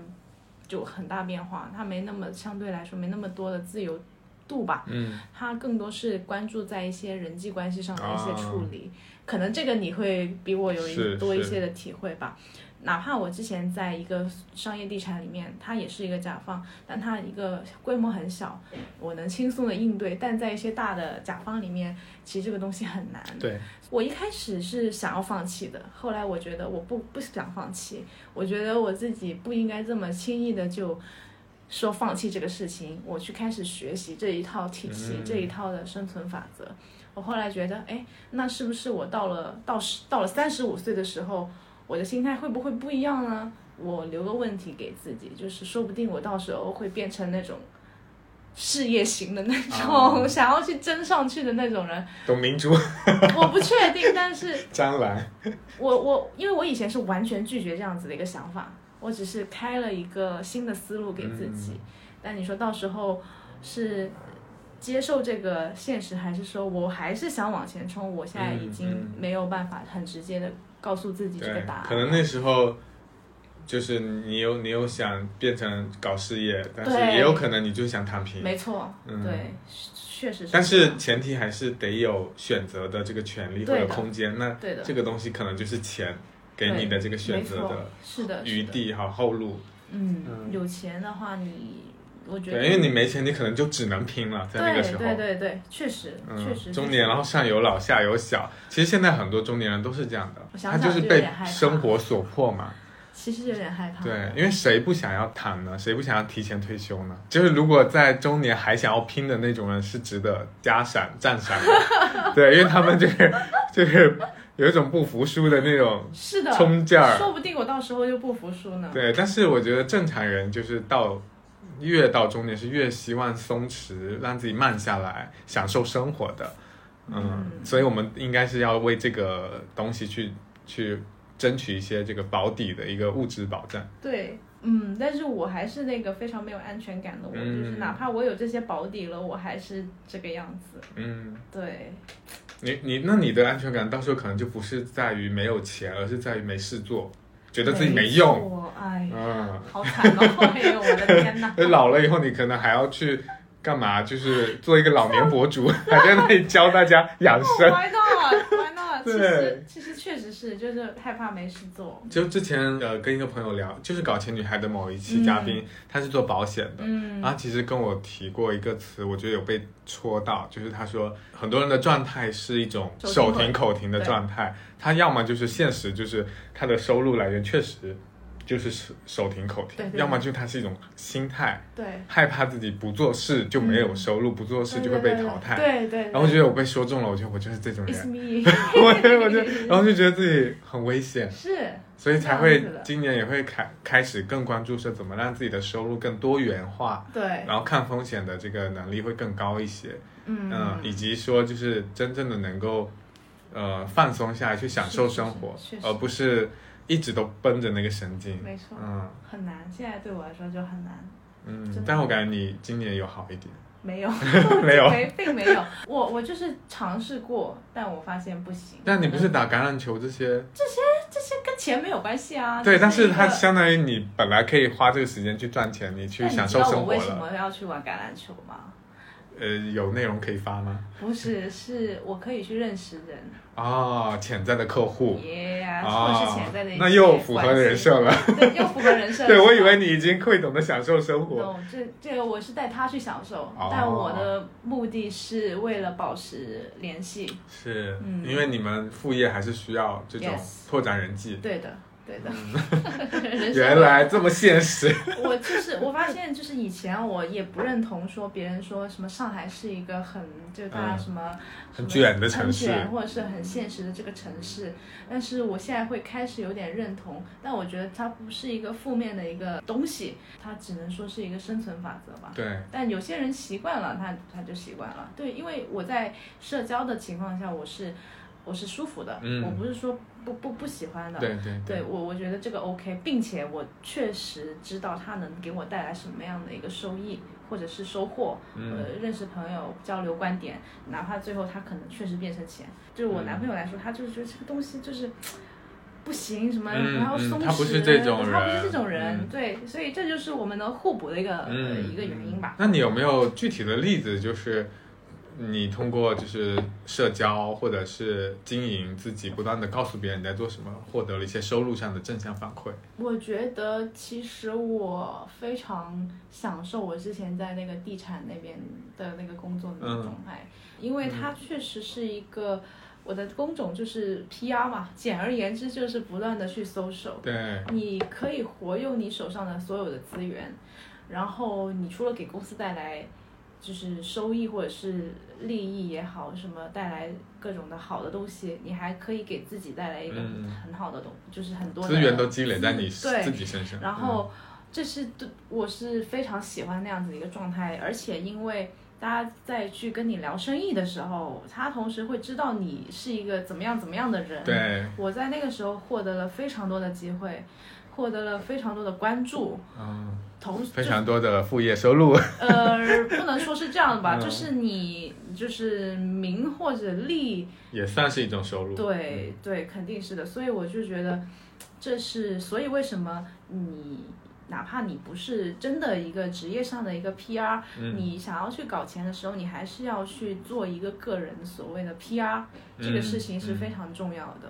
[SPEAKER 1] 就很大变化，它没那么相对来说没那么多的自由度吧，
[SPEAKER 2] 嗯，
[SPEAKER 1] 它更多是关注在一些人际关系上的一些
[SPEAKER 2] 啊
[SPEAKER 1] 处理，可能这个你会比我有一
[SPEAKER 2] 是
[SPEAKER 1] 多一
[SPEAKER 2] 是
[SPEAKER 1] 些的体会吧。哪怕我之前在一个商业地产里面，它也是一个甲方，但它一个规模很小，我能轻松的应对。但在一些大的甲方里面，其实这个东西很难。
[SPEAKER 2] 对，
[SPEAKER 1] 我一开始是想要放弃的，后来我觉得我不不想放弃，我觉得我自己不应该这么轻易的就说放弃这个事情，我去开始学习这一套体系，
[SPEAKER 2] 嗯
[SPEAKER 1] 这一套的生存法则。我后来觉得，哎，那是不是我到了到十到了三十五岁的时候，我的心态会不会不一样呢？我留个问题给自己，就是说不定我到时候会变成那种事业型的那种，
[SPEAKER 2] 啊
[SPEAKER 1] 想要去争上去的那种人。
[SPEAKER 2] 董明珠、
[SPEAKER 1] 我不确定，但是
[SPEAKER 2] 张 兰，
[SPEAKER 1] 我我因为我以前是完全拒绝这样子的一个想法，我只是开了一个新的思路给自
[SPEAKER 2] 嗯
[SPEAKER 1] 己。但你说到时候是接受这个现实，还是说我还是想往前冲？我现在已
[SPEAKER 2] 嗯
[SPEAKER 1] 经
[SPEAKER 2] 嗯
[SPEAKER 1] 没有办法很直接的告诉自己这个
[SPEAKER 2] 对
[SPEAKER 1] 答，案。
[SPEAKER 2] 可能那时候就是你有你有想变成搞事业，但是
[SPEAKER 1] 对
[SPEAKER 2] 也有可能你就想躺平。
[SPEAKER 1] 没错，
[SPEAKER 2] 嗯
[SPEAKER 1] 对，是确实是。
[SPEAKER 2] 但是前提还是得有选择的这个权利或
[SPEAKER 1] 对
[SPEAKER 2] 者
[SPEAKER 1] 的
[SPEAKER 2] 空间。那
[SPEAKER 1] 对的
[SPEAKER 2] 这个东西可能就是钱给
[SPEAKER 1] 对
[SPEAKER 2] 你的这个选
[SPEAKER 1] 没
[SPEAKER 2] 择
[SPEAKER 1] 错
[SPEAKER 2] 的
[SPEAKER 1] 是的
[SPEAKER 2] 余。
[SPEAKER 1] 是的
[SPEAKER 2] 地和后路。
[SPEAKER 1] 嗯
[SPEAKER 2] 嗯，
[SPEAKER 1] 有钱的话你，我觉得
[SPEAKER 2] 对，因为你没钱，你可能就只能拼了，在那个时
[SPEAKER 1] 对
[SPEAKER 2] 候。
[SPEAKER 1] 对对对，确实确实是
[SPEAKER 2] 嗯，中年，然后上有老下有小，其实现在很多中年人都是这样的，
[SPEAKER 1] 我想
[SPEAKER 2] 他
[SPEAKER 1] 想
[SPEAKER 2] 就是
[SPEAKER 1] 就有
[SPEAKER 2] 被
[SPEAKER 1] 点害怕啊
[SPEAKER 2] 生活所迫嘛。
[SPEAKER 1] 其实有点害怕。
[SPEAKER 2] 对，因为谁不想要躺呢？谁不想要提前退休呢？就是如果在中年还想要拼的那种人，是值得加闪赞赏的。 对，因为他们就是就是有一种不服输的那种
[SPEAKER 1] 是的，
[SPEAKER 2] 冲劲儿。
[SPEAKER 1] 说不定我到时候就不服输呢。
[SPEAKER 2] 对，但是我觉得正常人就是到越到中年是越希望松弛，让自己慢下来，享受生活的。嗯，所以我们应该是要为这个东西去去争取一些这个保底的一个物质保障。
[SPEAKER 1] 对，嗯，但是我还是那个非常没有安全感的我，
[SPEAKER 2] 嗯
[SPEAKER 1] 就是哪怕我有这些保底了，我还是这个样子。
[SPEAKER 2] 嗯，
[SPEAKER 1] 对，
[SPEAKER 2] 你你那你的安全感到时候可能就不是在于没有钱，而是在于没事做，觉得自己没用。
[SPEAKER 1] 错。哎，
[SPEAKER 2] 嗯，
[SPEAKER 1] 好惨哦！哎呦，我的天 哪！
[SPEAKER 2] 所以老了以后你可能还要去干嘛？就是做一个老年博主， 还在那里教大家养生。
[SPEAKER 1] Oh Why not？Why not？其
[SPEAKER 2] 对
[SPEAKER 1] 实其实确实是，就是害怕没事做。
[SPEAKER 2] 就之前呃跟一个朋友聊，就是搞钱女孩的某一期嘉宾，她是做保险的，
[SPEAKER 1] 嗯
[SPEAKER 2] 然后其实跟我提过一个词，我觉得有被戳到，就是她说很多人的状态是一种手
[SPEAKER 1] 手停
[SPEAKER 2] 停口停的
[SPEAKER 1] 对
[SPEAKER 2] 状态，她要么就是现实，就是她的收入来源确实就是手手停口停，
[SPEAKER 1] 对对
[SPEAKER 2] 要么就她是一种心态，
[SPEAKER 1] 对，
[SPEAKER 2] 害怕自己不做事就没有收入，不做事就会被淘汰。
[SPEAKER 1] 对对对。
[SPEAKER 2] 然后我觉得我被说中了，我觉得我就是这种
[SPEAKER 1] It's
[SPEAKER 2] 人，
[SPEAKER 1] me，
[SPEAKER 2] 我我就然后就觉得自己很危险。
[SPEAKER 1] 是
[SPEAKER 2] 所以才会
[SPEAKER 1] 这样子的
[SPEAKER 2] 今年也会开开始更关注是怎么让自己的收入更多元化，
[SPEAKER 1] 对，
[SPEAKER 2] 然后看风险的这个能力会更高一些，
[SPEAKER 1] 嗯
[SPEAKER 2] 嗯，以及说就是真正的能够呃放松下来去享受生活
[SPEAKER 1] 是是是，是
[SPEAKER 2] 而不是一直都绷着那个神经。
[SPEAKER 1] 没错
[SPEAKER 2] 嗯
[SPEAKER 1] 很难，现在对我来说就很难。真
[SPEAKER 2] 嗯
[SPEAKER 1] 的，
[SPEAKER 2] 但我感觉你今年有好一点，
[SPEAKER 1] 没有，
[SPEAKER 2] 没有
[SPEAKER 1] 没，并没有。 我我就是尝试过，但我发现不行。嗯
[SPEAKER 2] 但你不是打橄榄球这些，
[SPEAKER 1] 这些跟钱没有关系啊？
[SPEAKER 2] 对，但
[SPEAKER 1] 是
[SPEAKER 2] 是它相当于你本来可以花这个时间去赚钱，你去
[SPEAKER 1] 但你
[SPEAKER 2] 享
[SPEAKER 1] 知
[SPEAKER 2] 受
[SPEAKER 1] 道
[SPEAKER 2] 生
[SPEAKER 1] 我
[SPEAKER 2] 活
[SPEAKER 1] 为什
[SPEAKER 2] 了。
[SPEAKER 1] 么要去玩橄榄球吗？
[SPEAKER 2] 呃，有内容可以发吗？
[SPEAKER 1] 不是，是我可以去认识人，
[SPEAKER 2] 哦，潜在的客户。
[SPEAKER 1] 耶呀，
[SPEAKER 2] 啊，
[SPEAKER 1] 或者是潜在的一些
[SPEAKER 2] 那又符合
[SPEAKER 1] 关系
[SPEAKER 2] 人，设了。
[SPEAKER 1] 对，又符合人设。
[SPEAKER 2] 对，我以为你已经会懂得享受生活。
[SPEAKER 1] No，这这个我是带他去享受，
[SPEAKER 2] 哦
[SPEAKER 1] 但我的目的是为了保持联系。
[SPEAKER 2] 是，
[SPEAKER 1] 嗯
[SPEAKER 2] 因为你们副业还是需要这种
[SPEAKER 1] Yes
[SPEAKER 2] 拓展人际。
[SPEAKER 1] 对的，对的。 人生
[SPEAKER 2] 嗯原来这么现实。
[SPEAKER 1] 我就是我发现，就是以前我也不认同说别人说什么上海是一个很就大家
[SPEAKER 2] 嗯
[SPEAKER 1] 什么、
[SPEAKER 2] 很
[SPEAKER 1] 什么
[SPEAKER 2] 卷的城市
[SPEAKER 1] 很卷或者是很现实的这个城市，但是我现在会开始有点认同，但我觉得它不是一个负面的一个东西，它只能说是一个生存法则吧。
[SPEAKER 2] 对，
[SPEAKER 1] 但有些人习惯了，他他就习惯了。对，因为我在社交的情况下，我是我是舒服的，
[SPEAKER 2] 嗯
[SPEAKER 1] 我不是说不不不喜欢的。
[SPEAKER 2] 对对
[SPEAKER 1] 对我，我觉得这个 OK，并且我确实知道它能给我带来什么样的一个收益或者是收获。
[SPEAKER 2] 嗯
[SPEAKER 1] 呃，认识朋友，交流观点，哪怕最后他可能确实变成钱，就是
[SPEAKER 2] 嗯
[SPEAKER 1] 我男朋友来说，他就是觉得这个东西就是。不行，什么
[SPEAKER 2] 嗯
[SPEAKER 1] 然后松
[SPEAKER 2] 嗯
[SPEAKER 1] 弛，
[SPEAKER 2] 他不是这种
[SPEAKER 1] 他不是
[SPEAKER 2] 人
[SPEAKER 1] 这种人，
[SPEAKER 2] 嗯
[SPEAKER 1] 对，所以这就是我们能互补的一个、呃
[SPEAKER 2] 嗯，
[SPEAKER 1] 一个原因吧。
[SPEAKER 2] 那你有没有具体的例子，就是你通过就是社交或者是经营自己，不断的告诉别人你在做什么，获得了一些收入上的正向反馈？
[SPEAKER 1] 我觉得其实我非常享受我之前在那个地产那边的那个工作的那个状态，因为它确实是一个我的工种就是 PR 嘛，简而言之就是不断的去搜索，
[SPEAKER 2] 对，
[SPEAKER 1] 你可以活用你手上的所有的资源，然后你除了给公司带来就是收益或者是利益也好，什么带来各种的好的东西，你还可以给自己带来一个很
[SPEAKER 2] 嗯
[SPEAKER 1] 很好的东，就是很多的
[SPEAKER 2] 资源都积累在你
[SPEAKER 1] 资对
[SPEAKER 2] 自己身上。嗯
[SPEAKER 1] 然后这是对我是非常喜欢那样子的一个状态，而且因为大家在去跟你聊生意的时候，他同时会知道你是一个怎么样怎么样的人。
[SPEAKER 2] 嗯，对，
[SPEAKER 1] 我在那个时候获得了非常多的机会，获得了非常多的关注，
[SPEAKER 2] 嗯，
[SPEAKER 1] 同
[SPEAKER 2] 非常多的副业收 入。
[SPEAKER 1] 就呃，不能说是这样吧，
[SPEAKER 2] 嗯
[SPEAKER 1] 就是你就是名或者利，
[SPEAKER 2] 也算是一种收入。嗯
[SPEAKER 1] 对对，肯定是的，所以我就觉得。这是所以为什么你哪怕你不是真的一个职业上的一个 PR，、
[SPEAKER 2] 嗯
[SPEAKER 1] 你想要去搞钱的时候，你还是要去做一个个人所谓的 PR，、这个
[SPEAKER 2] 嗯
[SPEAKER 1] 事情是非常重要的。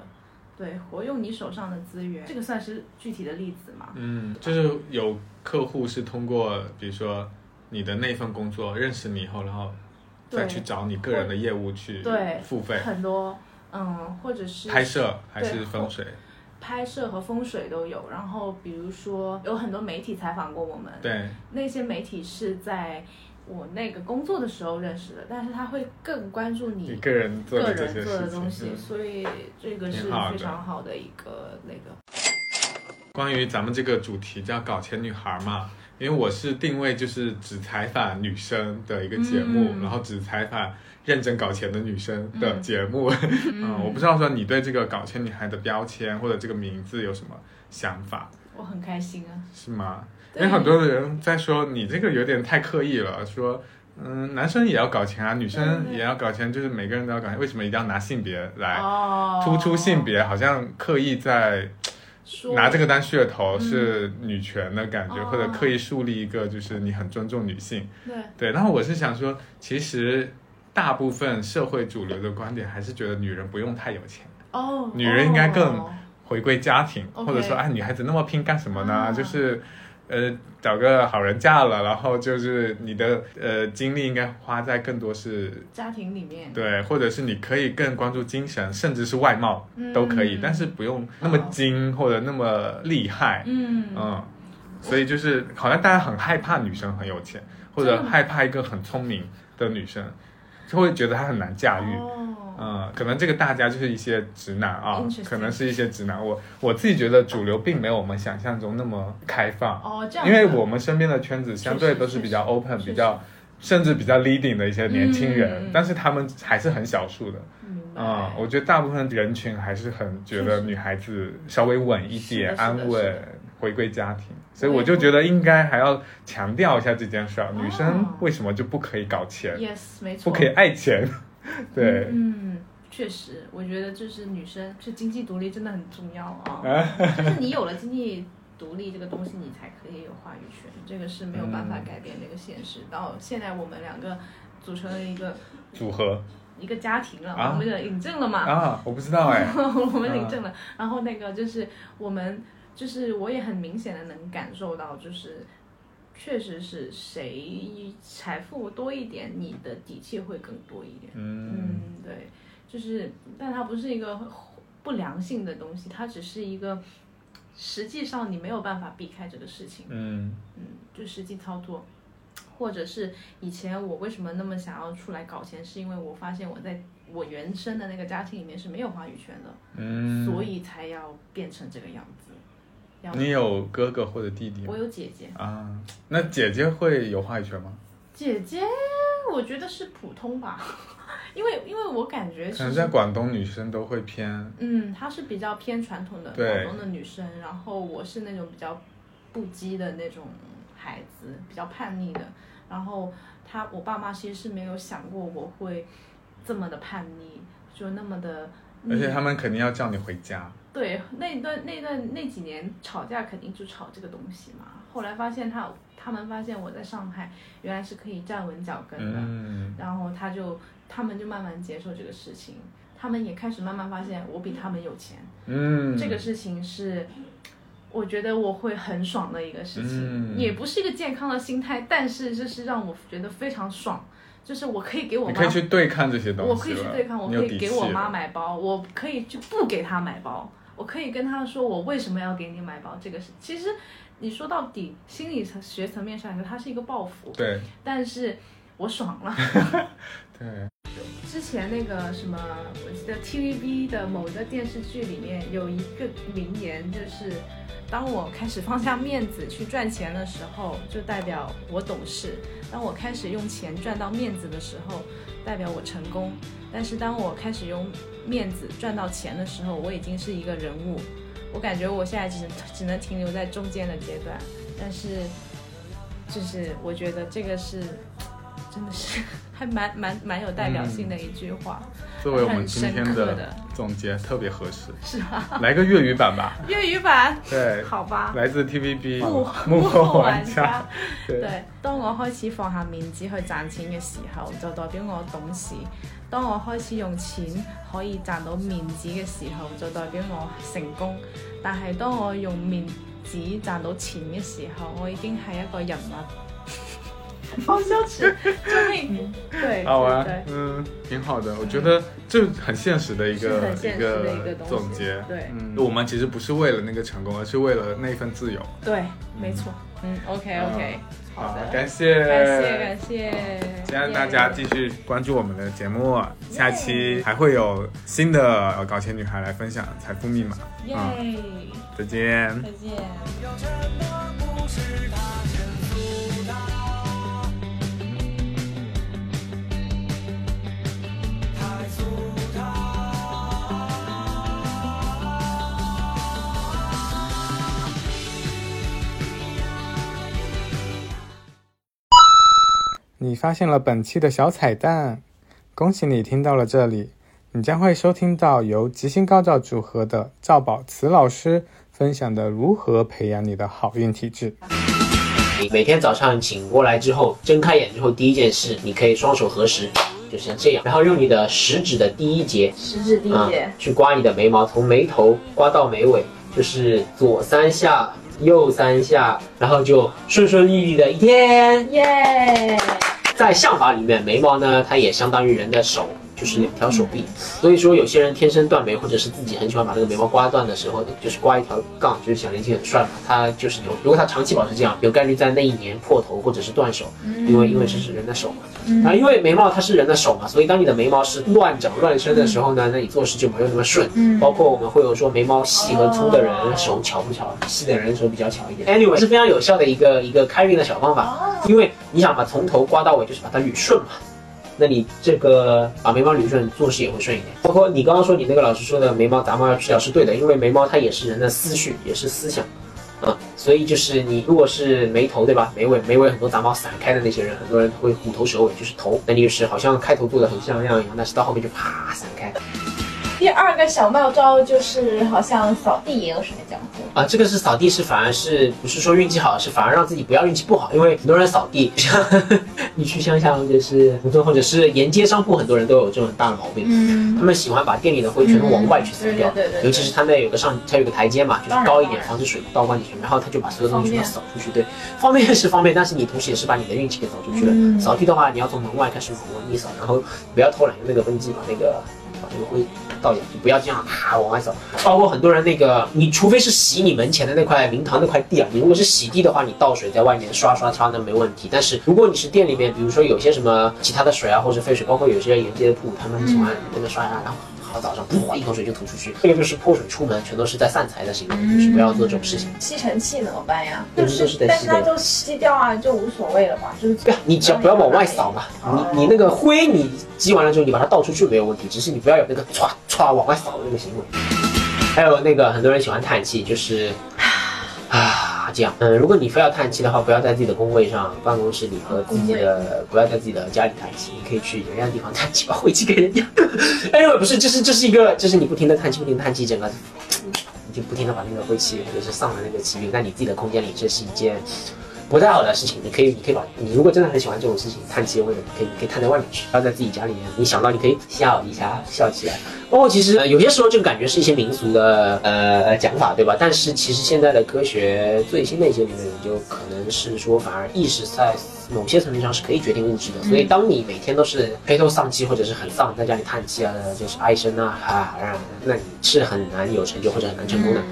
[SPEAKER 1] 对，活用你手上的资源，这个算是具体的例子嘛？
[SPEAKER 2] 嗯，就是有客户是通过比如说你的那份工作认识你以后，然后再
[SPEAKER 1] 对
[SPEAKER 2] 去找你个人的业务去
[SPEAKER 1] 对
[SPEAKER 2] 付费
[SPEAKER 1] 很多，嗯，或者是
[SPEAKER 2] 拍摄还是
[SPEAKER 1] 对
[SPEAKER 2] 风水，
[SPEAKER 1] 拍摄和风水都有。然后比如说有很多媒体采访过我们，
[SPEAKER 2] 对，
[SPEAKER 1] 那些媒体是在我那个工作的时候认识的，但是他会更关注
[SPEAKER 2] 你
[SPEAKER 1] 你
[SPEAKER 2] 个人做
[SPEAKER 1] 个
[SPEAKER 2] 的这
[SPEAKER 1] 人
[SPEAKER 2] 些
[SPEAKER 1] 做的
[SPEAKER 2] 事
[SPEAKER 1] 东
[SPEAKER 2] 情。
[SPEAKER 1] 西，
[SPEAKER 2] 嗯
[SPEAKER 1] 所以这个是
[SPEAKER 2] 挺好的
[SPEAKER 1] 非常好的一个那个。
[SPEAKER 2] 关于咱们这个主题叫“搞钱女孩”嘛，因为我是定位就是只采访女生的一个节目，
[SPEAKER 1] 嗯
[SPEAKER 2] 然后只采访认真搞钱的女生的节目。嗯我不知道说你对这个“搞钱女孩”的标签或者这个名字有什么想法，
[SPEAKER 1] 我很开心啊！
[SPEAKER 2] 是吗？因
[SPEAKER 1] 对
[SPEAKER 2] 为很多人在说你这个有点太刻意了，说。嗯，男生也要搞钱啊，女生
[SPEAKER 1] 对对
[SPEAKER 2] 也要搞钱，就是每个人都要搞钱。为什么一定要拿性别来
[SPEAKER 1] 哦，
[SPEAKER 2] 突出性别？好像刻意在
[SPEAKER 1] 说
[SPEAKER 2] 拿这个当噱头是女权的感觉，
[SPEAKER 1] 嗯哦
[SPEAKER 2] 或者刻意树立一个就是你很尊重女性。
[SPEAKER 1] 对
[SPEAKER 2] 对，然后我是想说，其实大部分社会主流的观点还是觉得女人不用太有钱，
[SPEAKER 1] 哦，
[SPEAKER 2] 女人应该更
[SPEAKER 1] 哦
[SPEAKER 2] 回归家庭，
[SPEAKER 1] OK
[SPEAKER 2] 或者说哎，女孩子那么拼干什么呢？
[SPEAKER 1] 啊
[SPEAKER 2] 就是。呃，找个好人嫁了，然后就是你的呃精力应该花在更多是
[SPEAKER 1] 家庭里面
[SPEAKER 2] 对，或者是你可以更关注精神，甚至是外貌都可以，
[SPEAKER 1] 嗯
[SPEAKER 2] 但是不用那么
[SPEAKER 1] 哦
[SPEAKER 2] 精或者那么厉害。
[SPEAKER 1] 嗯
[SPEAKER 2] 嗯，所以就是好像大家很害怕女生很有钱，或者
[SPEAKER 1] 真的吗
[SPEAKER 2] 害怕一个很聪明的女生，就会觉得她很难驾驭。
[SPEAKER 1] 哦，
[SPEAKER 2] 嗯，可能这个大家就是一些直男啊，
[SPEAKER 1] Interesting
[SPEAKER 2] 可能是一些直男。我我自己觉得主流并没有我们想象中那么开放，
[SPEAKER 1] 哦这样
[SPEAKER 2] 因
[SPEAKER 1] 子
[SPEAKER 2] 为我们身边的圈子相对都是比较
[SPEAKER 1] 确实
[SPEAKER 2] open、
[SPEAKER 1] 确实
[SPEAKER 2] 比较甚至比较 leading 的一些年轻
[SPEAKER 1] 嗯
[SPEAKER 2] 人，
[SPEAKER 1] 嗯嗯
[SPEAKER 2] 但是他们还是很少数的。
[SPEAKER 1] 明白
[SPEAKER 2] 嗯，我觉得大部分人群还是很觉得女孩子稍微稳一
[SPEAKER 1] 是的
[SPEAKER 2] 点，
[SPEAKER 1] 是的
[SPEAKER 2] 安
[SPEAKER 1] 是
[SPEAKER 2] 稳
[SPEAKER 1] 的，
[SPEAKER 2] 回归家庭。所以
[SPEAKER 1] 我也
[SPEAKER 2] 我就觉得应该还要强调一下这件事儿，女生
[SPEAKER 1] 哦
[SPEAKER 2] 为什么就不可以搞钱，
[SPEAKER 1] yes 没错，
[SPEAKER 2] 不可以爱钱？ 对，
[SPEAKER 1] 嗯，确实，我觉得就是女生是经济独立真的很重要啊，就是你有了经济独立这个东西，你才可以有话语权，这个是没有办法
[SPEAKER 2] 嗯
[SPEAKER 1] 改变这个现实。到现在我们两个组成了一个
[SPEAKER 2] 组合
[SPEAKER 1] 一个家庭了，
[SPEAKER 2] 啊
[SPEAKER 1] 我们也领证了嘛，
[SPEAKER 2] 啊，我不知道哎，
[SPEAKER 1] 我们领证了，然后那个就是我们，就是我也很明显的能感受到，就是确实是谁财富多一点，你的底气会更多一点。
[SPEAKER 2] 嗯
[SPEAKER 1] 嗯，对，就是，但它不是一个不良性的东西，它只是一个实际上你没有办法避开这个事情。
[SPEAKER 2] 嗯
[SPEAKER 1] 嗯，就实际操作，或者是以前我为什么那么想要出来搞钱，是因为我发现我在我原生的那个家庭里面是没有话语权的，
[SPEAKER 2] 嗯，
[SPEAKER 1] 所以才要变成这个样子。要
[SPEAKER 2] 你有哥哥或者弟弟吗
[SPEAKER 1] 我有姐姐，
[SPEAKER 2] 啊？那姐姐会有话语权吗？
[SPEAKER 1] 姐姐我觉得是普通吧，因为因为我感觉其
[SPEAKER 2] 可能
[SPEAKER 1] 实
[SPEAKER 2] 在广东女生都会偏
[SPEAKER 1] 嗯，她是比较偏传统的
[SPEAKER 2] 对
[SPEAKER 1] 广东的女生，然后我是那种比较不羁的那种孩子，比较叛逆的。然后她，我爸妈其实是没有想过我会这么的叛逆，就那么的逆。
[SPEAKER 2] 而且他们肯定要叫你回家，
[SPEAKER 1] 对那段那段那几年吵架肯定就吵这个东西嘛。后来发现他他们发现我在上海原来是可以站稳脚跟的，
[SPEAKER 2] 嗯，
[SPEAKER 1] 然后他就他们就慢慢接受这个事情，他们也开始慢慢发现我比他们有钱。
[SPEAKER 2] 嗯，
[SPEAKER 1] 这个事情是我觉得我会很爽的一个事情，
[SPEAKER 2] 嗯
[SPEAKER 1] 也不是一个健康的心态，但是这是让我觉得非常爽，就是我可以给我
[SPEAKER 2] 你
[SPEAKER 1] 妈
[SPEAKER 2] 可以。去对抗这些东西
[SPEAKER 1] 我
[SPEAKER 2] 了，
[SPEAKER 1] 可以去对抗，我
[SPEAKER 2] 你
[SPEAKER 1] 可
[SPEAKER 2] 有
[SPEAKER 1] 以
[SPEAKER 2] 底
[SPEAKER 1] 给
[SPEAKER 2] 气
[SPEAKER 1] 我
[SPEAKER 2] 了
[SPEAKER 1] 妈。买包，我可以去不给她买包，我可以跟她说我为什么要给你买包这个事。其实你说到底，心理层学层面上来说，它是一个报复，
[SPEAKER 2] 对
[SPEAKER 1] 但是我爽了。
[SPEAKER 2] 对，
[SPEAKER 1] 之前那个什么，我记得 TVB 的某一个电视剧里面有一个名言，就是当我开始放下面子去赚钱的时候，就代表我懂事；当我开始用钱赚到面子的时候，代表我成功；但是当我开始用面子赚到钱的时候，我已经是一个人物。我感觉我现在只只能停留在中间的阶段，但是就是我觉得这个是真的是还蛮蛮蛮有代表性的一句话，
[SPEAKER 2] 作为我们今天
[SPEAKER 1] 很深刻
[SPEAKER 2] 的
[SPEAKER 1] 的
[SPEAKER 2] 总结特别合适，
[SPEAKER 1] 是吧？
[SPEAKER 2] 来个粤语版吧。
[SPEAKER 1] 粤语版，
[SPEAKER 2] 对，
[SPEAKER 1] 好吧。
[SPEAKER 2] 来自 TVB
[SPEAKER 1] 幕
[SPEAKER 2] 幕
[SPEAKER 1] 後
[SPEAKER 2] 后
[SPEAKER 1] 玩
[SPEAKER 2] 玩
[SPEAKER 1] 家
[SPEAKER 2] 家，
[SPEAKER 1] 對，當我開始放下面子去賺錢嘅時候，就代表我懂事；當我開始用錢可以賺到面子嘅時候，就代表我成功。但係當我用面子賺到錢嘅時候，我已經係一個人物。好羞 恥，啊救命！對，
[SPEAKER 2] 好
[SPEAKER 1] 對
[SPEAKER 2] 啊
[SPEAKER 1] 對，，
[SPEAKER 2] 嗯，挺好的，我觉得这很现实的一
[SPEAKER 1] 是
[SPEAKER 2] 个
[SPEAKER 1] 很现实的一个
[SPEAKER 2] 个
[SPEAKER 1] 东西
[SPEAKER 2] 总结。
[SPEAKER 1] 对
[SPEAKER 2] 嗯，我们其实不是为了那个成功，而是为了那一份自由。
[SPEAKER 1] 對，沒錯。嗯，OK 呃 OK，好的，
[SPEAKER 2] 感谢，
[SPEAKER 1] 感謝感謝，
[SPEAKER 2] 希望大家
[SPEAKER 1] 耶
[SPEAKER 2] 继续关注我们的节目，下期还会有新的呃搞钱女孩来分享财富密码。
[SPEAKER 1] 耶，
[SPEAKER 2] 嗯，再见。
[SPEAKER 1] 再見。
[SPEAKER 3] 标签的不是他先诉他，太诉他。
[SPEAKER 2] 你发现了本期的小彩蛋，恭喜你听到了这里，你将会收听到由吉星高照组合的赵宝慈老师分享的如何培养你的好运体质。
[SPEAKER 6] 你每天早上醒过来之后，睁开眼之后，第一件事，你可以双手合十，就像这样，然后用你的食指的第一节，
[SPEAKER 7] 食指第一
[SPEAKER 6] 啊
[SPEAKER 7] 节，
[SPEAKER 6] 去刮你的眉毛，从眉头刮到眉尾，就是左三下，右三下，然后就顺顺利利的一天。
[SPEAKER 7] 耶、
[SPEAKER 6] 在相法里面，眉毛呢，它也相当于人的手，就是两条手臂。所以说，有些人天生断眉，或者是自己很喜欢把那个眉毛刮断的时候，就是刮一条杠，就是小年轻很帅嘛，他就是有。如果他长期保持这样，有概率在那一年破头或者是断手，因为因为这是人的手嘛。然后因为眉毛它是人的手嘛，所以当你的眉毛是乱长乱伸的时候呢，那你做事就没有那么顺。包括我们会有说眉毛细和粗的人手巧不巧，细的人手比较巧一点。Anyway，是非常有效的一个一个开运的小方法。因为你想把从头刮到尾，就是把它捋顺嘛。那你这个把眉毛捋顺，做事也会顺一点。包括你刚刚说你那个老师说的眉毛杂毛要去掉是对的，因为眉毛它也是人的思绪，也是思想。啊，所以就是你如果是眉头对吧？眉尾眉尾很多杂毛散开的那些人，很多人会虎头蛇尾，就是头，那你就是好像开头做的很像样一样，但是到后面就啪散开
[SPEAKER 7] 第二个小妙招就是好像扫地也有什么讲究，
[SPEAKER 6] 啊。这个是扫地是反而是不是说运气好，是反而让自己不要运气不好，因为很多人扫地， 像你去乡下或者是农村或者是沿街商铺，很多人都有这种大的毛病。
[SPEAKER 7] 嗯，
[SPEAKER 6] 他们喜欢把店里的灰全都往外去扫掉，
[SPEAKER 7] 嗯对对对对对
[SPEAKER 6] 尤其是他那有个上，他有个台阶嘛，就
[SPEAKER 7] 当然
[SPEAKER 6] 是高一点，
[SPEAKER 7] 当然
[SPEAKER 6] 防止水倒灌进去，然后他就把所有东西全都
[SPEAKER 7] 方便
[SPEAKER 6] 扫出去。对，方便是方便，但是你同时也是把你的运气给扫出去了。
[SPEAKER 7] 嗯
[SPEAKER 6] 扫地的话，你要从门外开始往外一扫，然后不要偷懒，用那个喷剂把那个把那个灰倒掉，就不要这样啪往外扫。包括很多人那个，你除非是洗你门前的那块明堂那块地啊，你如果是洗地的话，你倒水在外面刷刷刷那没问题。但是如果你是店里面，比如说有些什么其他的水啊，或者废水，包括有些沿街的铺，他们很喜欢那个刷牙，啊然后。好早上，噗，一口水就吐出去，这个就是泼水出门，全都是在散财的行为，就是不要做这种事情。
[SPEAKER 7] 吸尘器怎么办呀？
[SPEAKER 6] 嗯对
[SPEAKER 7] 就
[SPEAKER 6] 这是
[SPEAKER 7] 是
[SPEAKER 6] 得，
[SPEAKER 7] 但是它
[SPEAKER 6] 吸的
[SPEAKER 7] 就吸掉啊，就无所谓了吧？就是
[SPEAKER 6] 对啊，你只要不要往外扫嘛，你你那个灰你积完了之后，你把它倒出去没有问题，只是你不要有那个歘歘往外扫的那个行为。还有那个很多人喜欢叹气，就是啊这样，嗯，如果你非要叹气的话，不要在自己的工位上、办公室里和自己的，不要在自己的家里叹气，你可以去人家的地方叹气，把晦气给人家。哎呦，不是，这是这是一个，这是你不停的叹气，不停的叹气，整个。你就不停的把那个晦气或者是上的那个气运在你自己的空间里，这是一件不太好的事情，你可以，你可以把，你如果真的很喜欢这种事情，叹气或者可以，你可以叹在外面去，不要在自己家里面。你想到你可以笑一下，笑起来。包括其实、呃有些时候这个感觉是一些民俗的呃讲法，对吧？但是其实现在的科学最新的一些理论研究，可能是说反而意识在某些层面上是可以决定物质的。所以当你每天都是垂头丧气或者是很丧，在家里叹气啊，就是唉声啊啊，啊那你是很难有成就或者很难成功的。
[SPEAKER 7] 嗯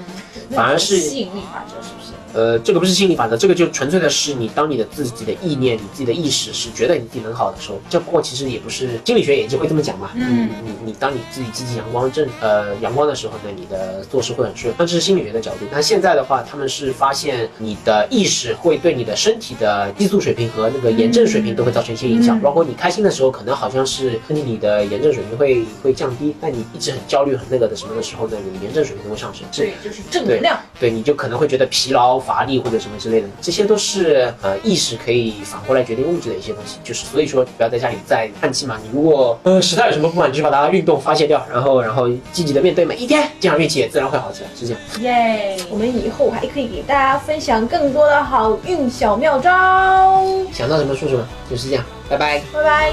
[SPEAKER 6] 反而是
[SPEAKER 7] 吸引力法则，是不是？
[SPEAKER 6] 呃，这个不是心理法则，这个就纯粹的是你当你的自己的意念、你自己的意识是觉得你自己很好的时候，这包括其实也不是心理学也就会这么讲嘛。
[SPEAKER 7] 嗯
[SPEAKER 6] 你你你当你自己积极阳光正呃阳光的时候呢，你的做事会很顺。那这是心理学的角度。那现在的话，他们是发现你的意识会对你的身体的激素水平和那个炎症水平都会造成一些影响。包括你开心的时候，可能好像是身体里的炎症水平会会降低；但你一直很焦虑、很那个的什么的时候呢，你的炎症水平都会上升。
[SPEAKER 7] 对，就是正能量。
[SPEAKER 6] 对你就可能会觉得疲劳、乏力或者什么之类的，这些都是呃意识可以反过来决定物质的一些东西。就是所以说，不要在家里再叹气嘛。你如果呃实在有什么不满，你就把它运动发泄掉，然后然后积极的面对每一天，这样运气也自然会好起来，是这样。
[SPEAKER 7] 耶！我们以后还可以给大家分享更多的好运小妙招。
[SPEAKER 6] 想到什么说什么，就是这样，拜拜。
[SPEAKER 7] 拜拜。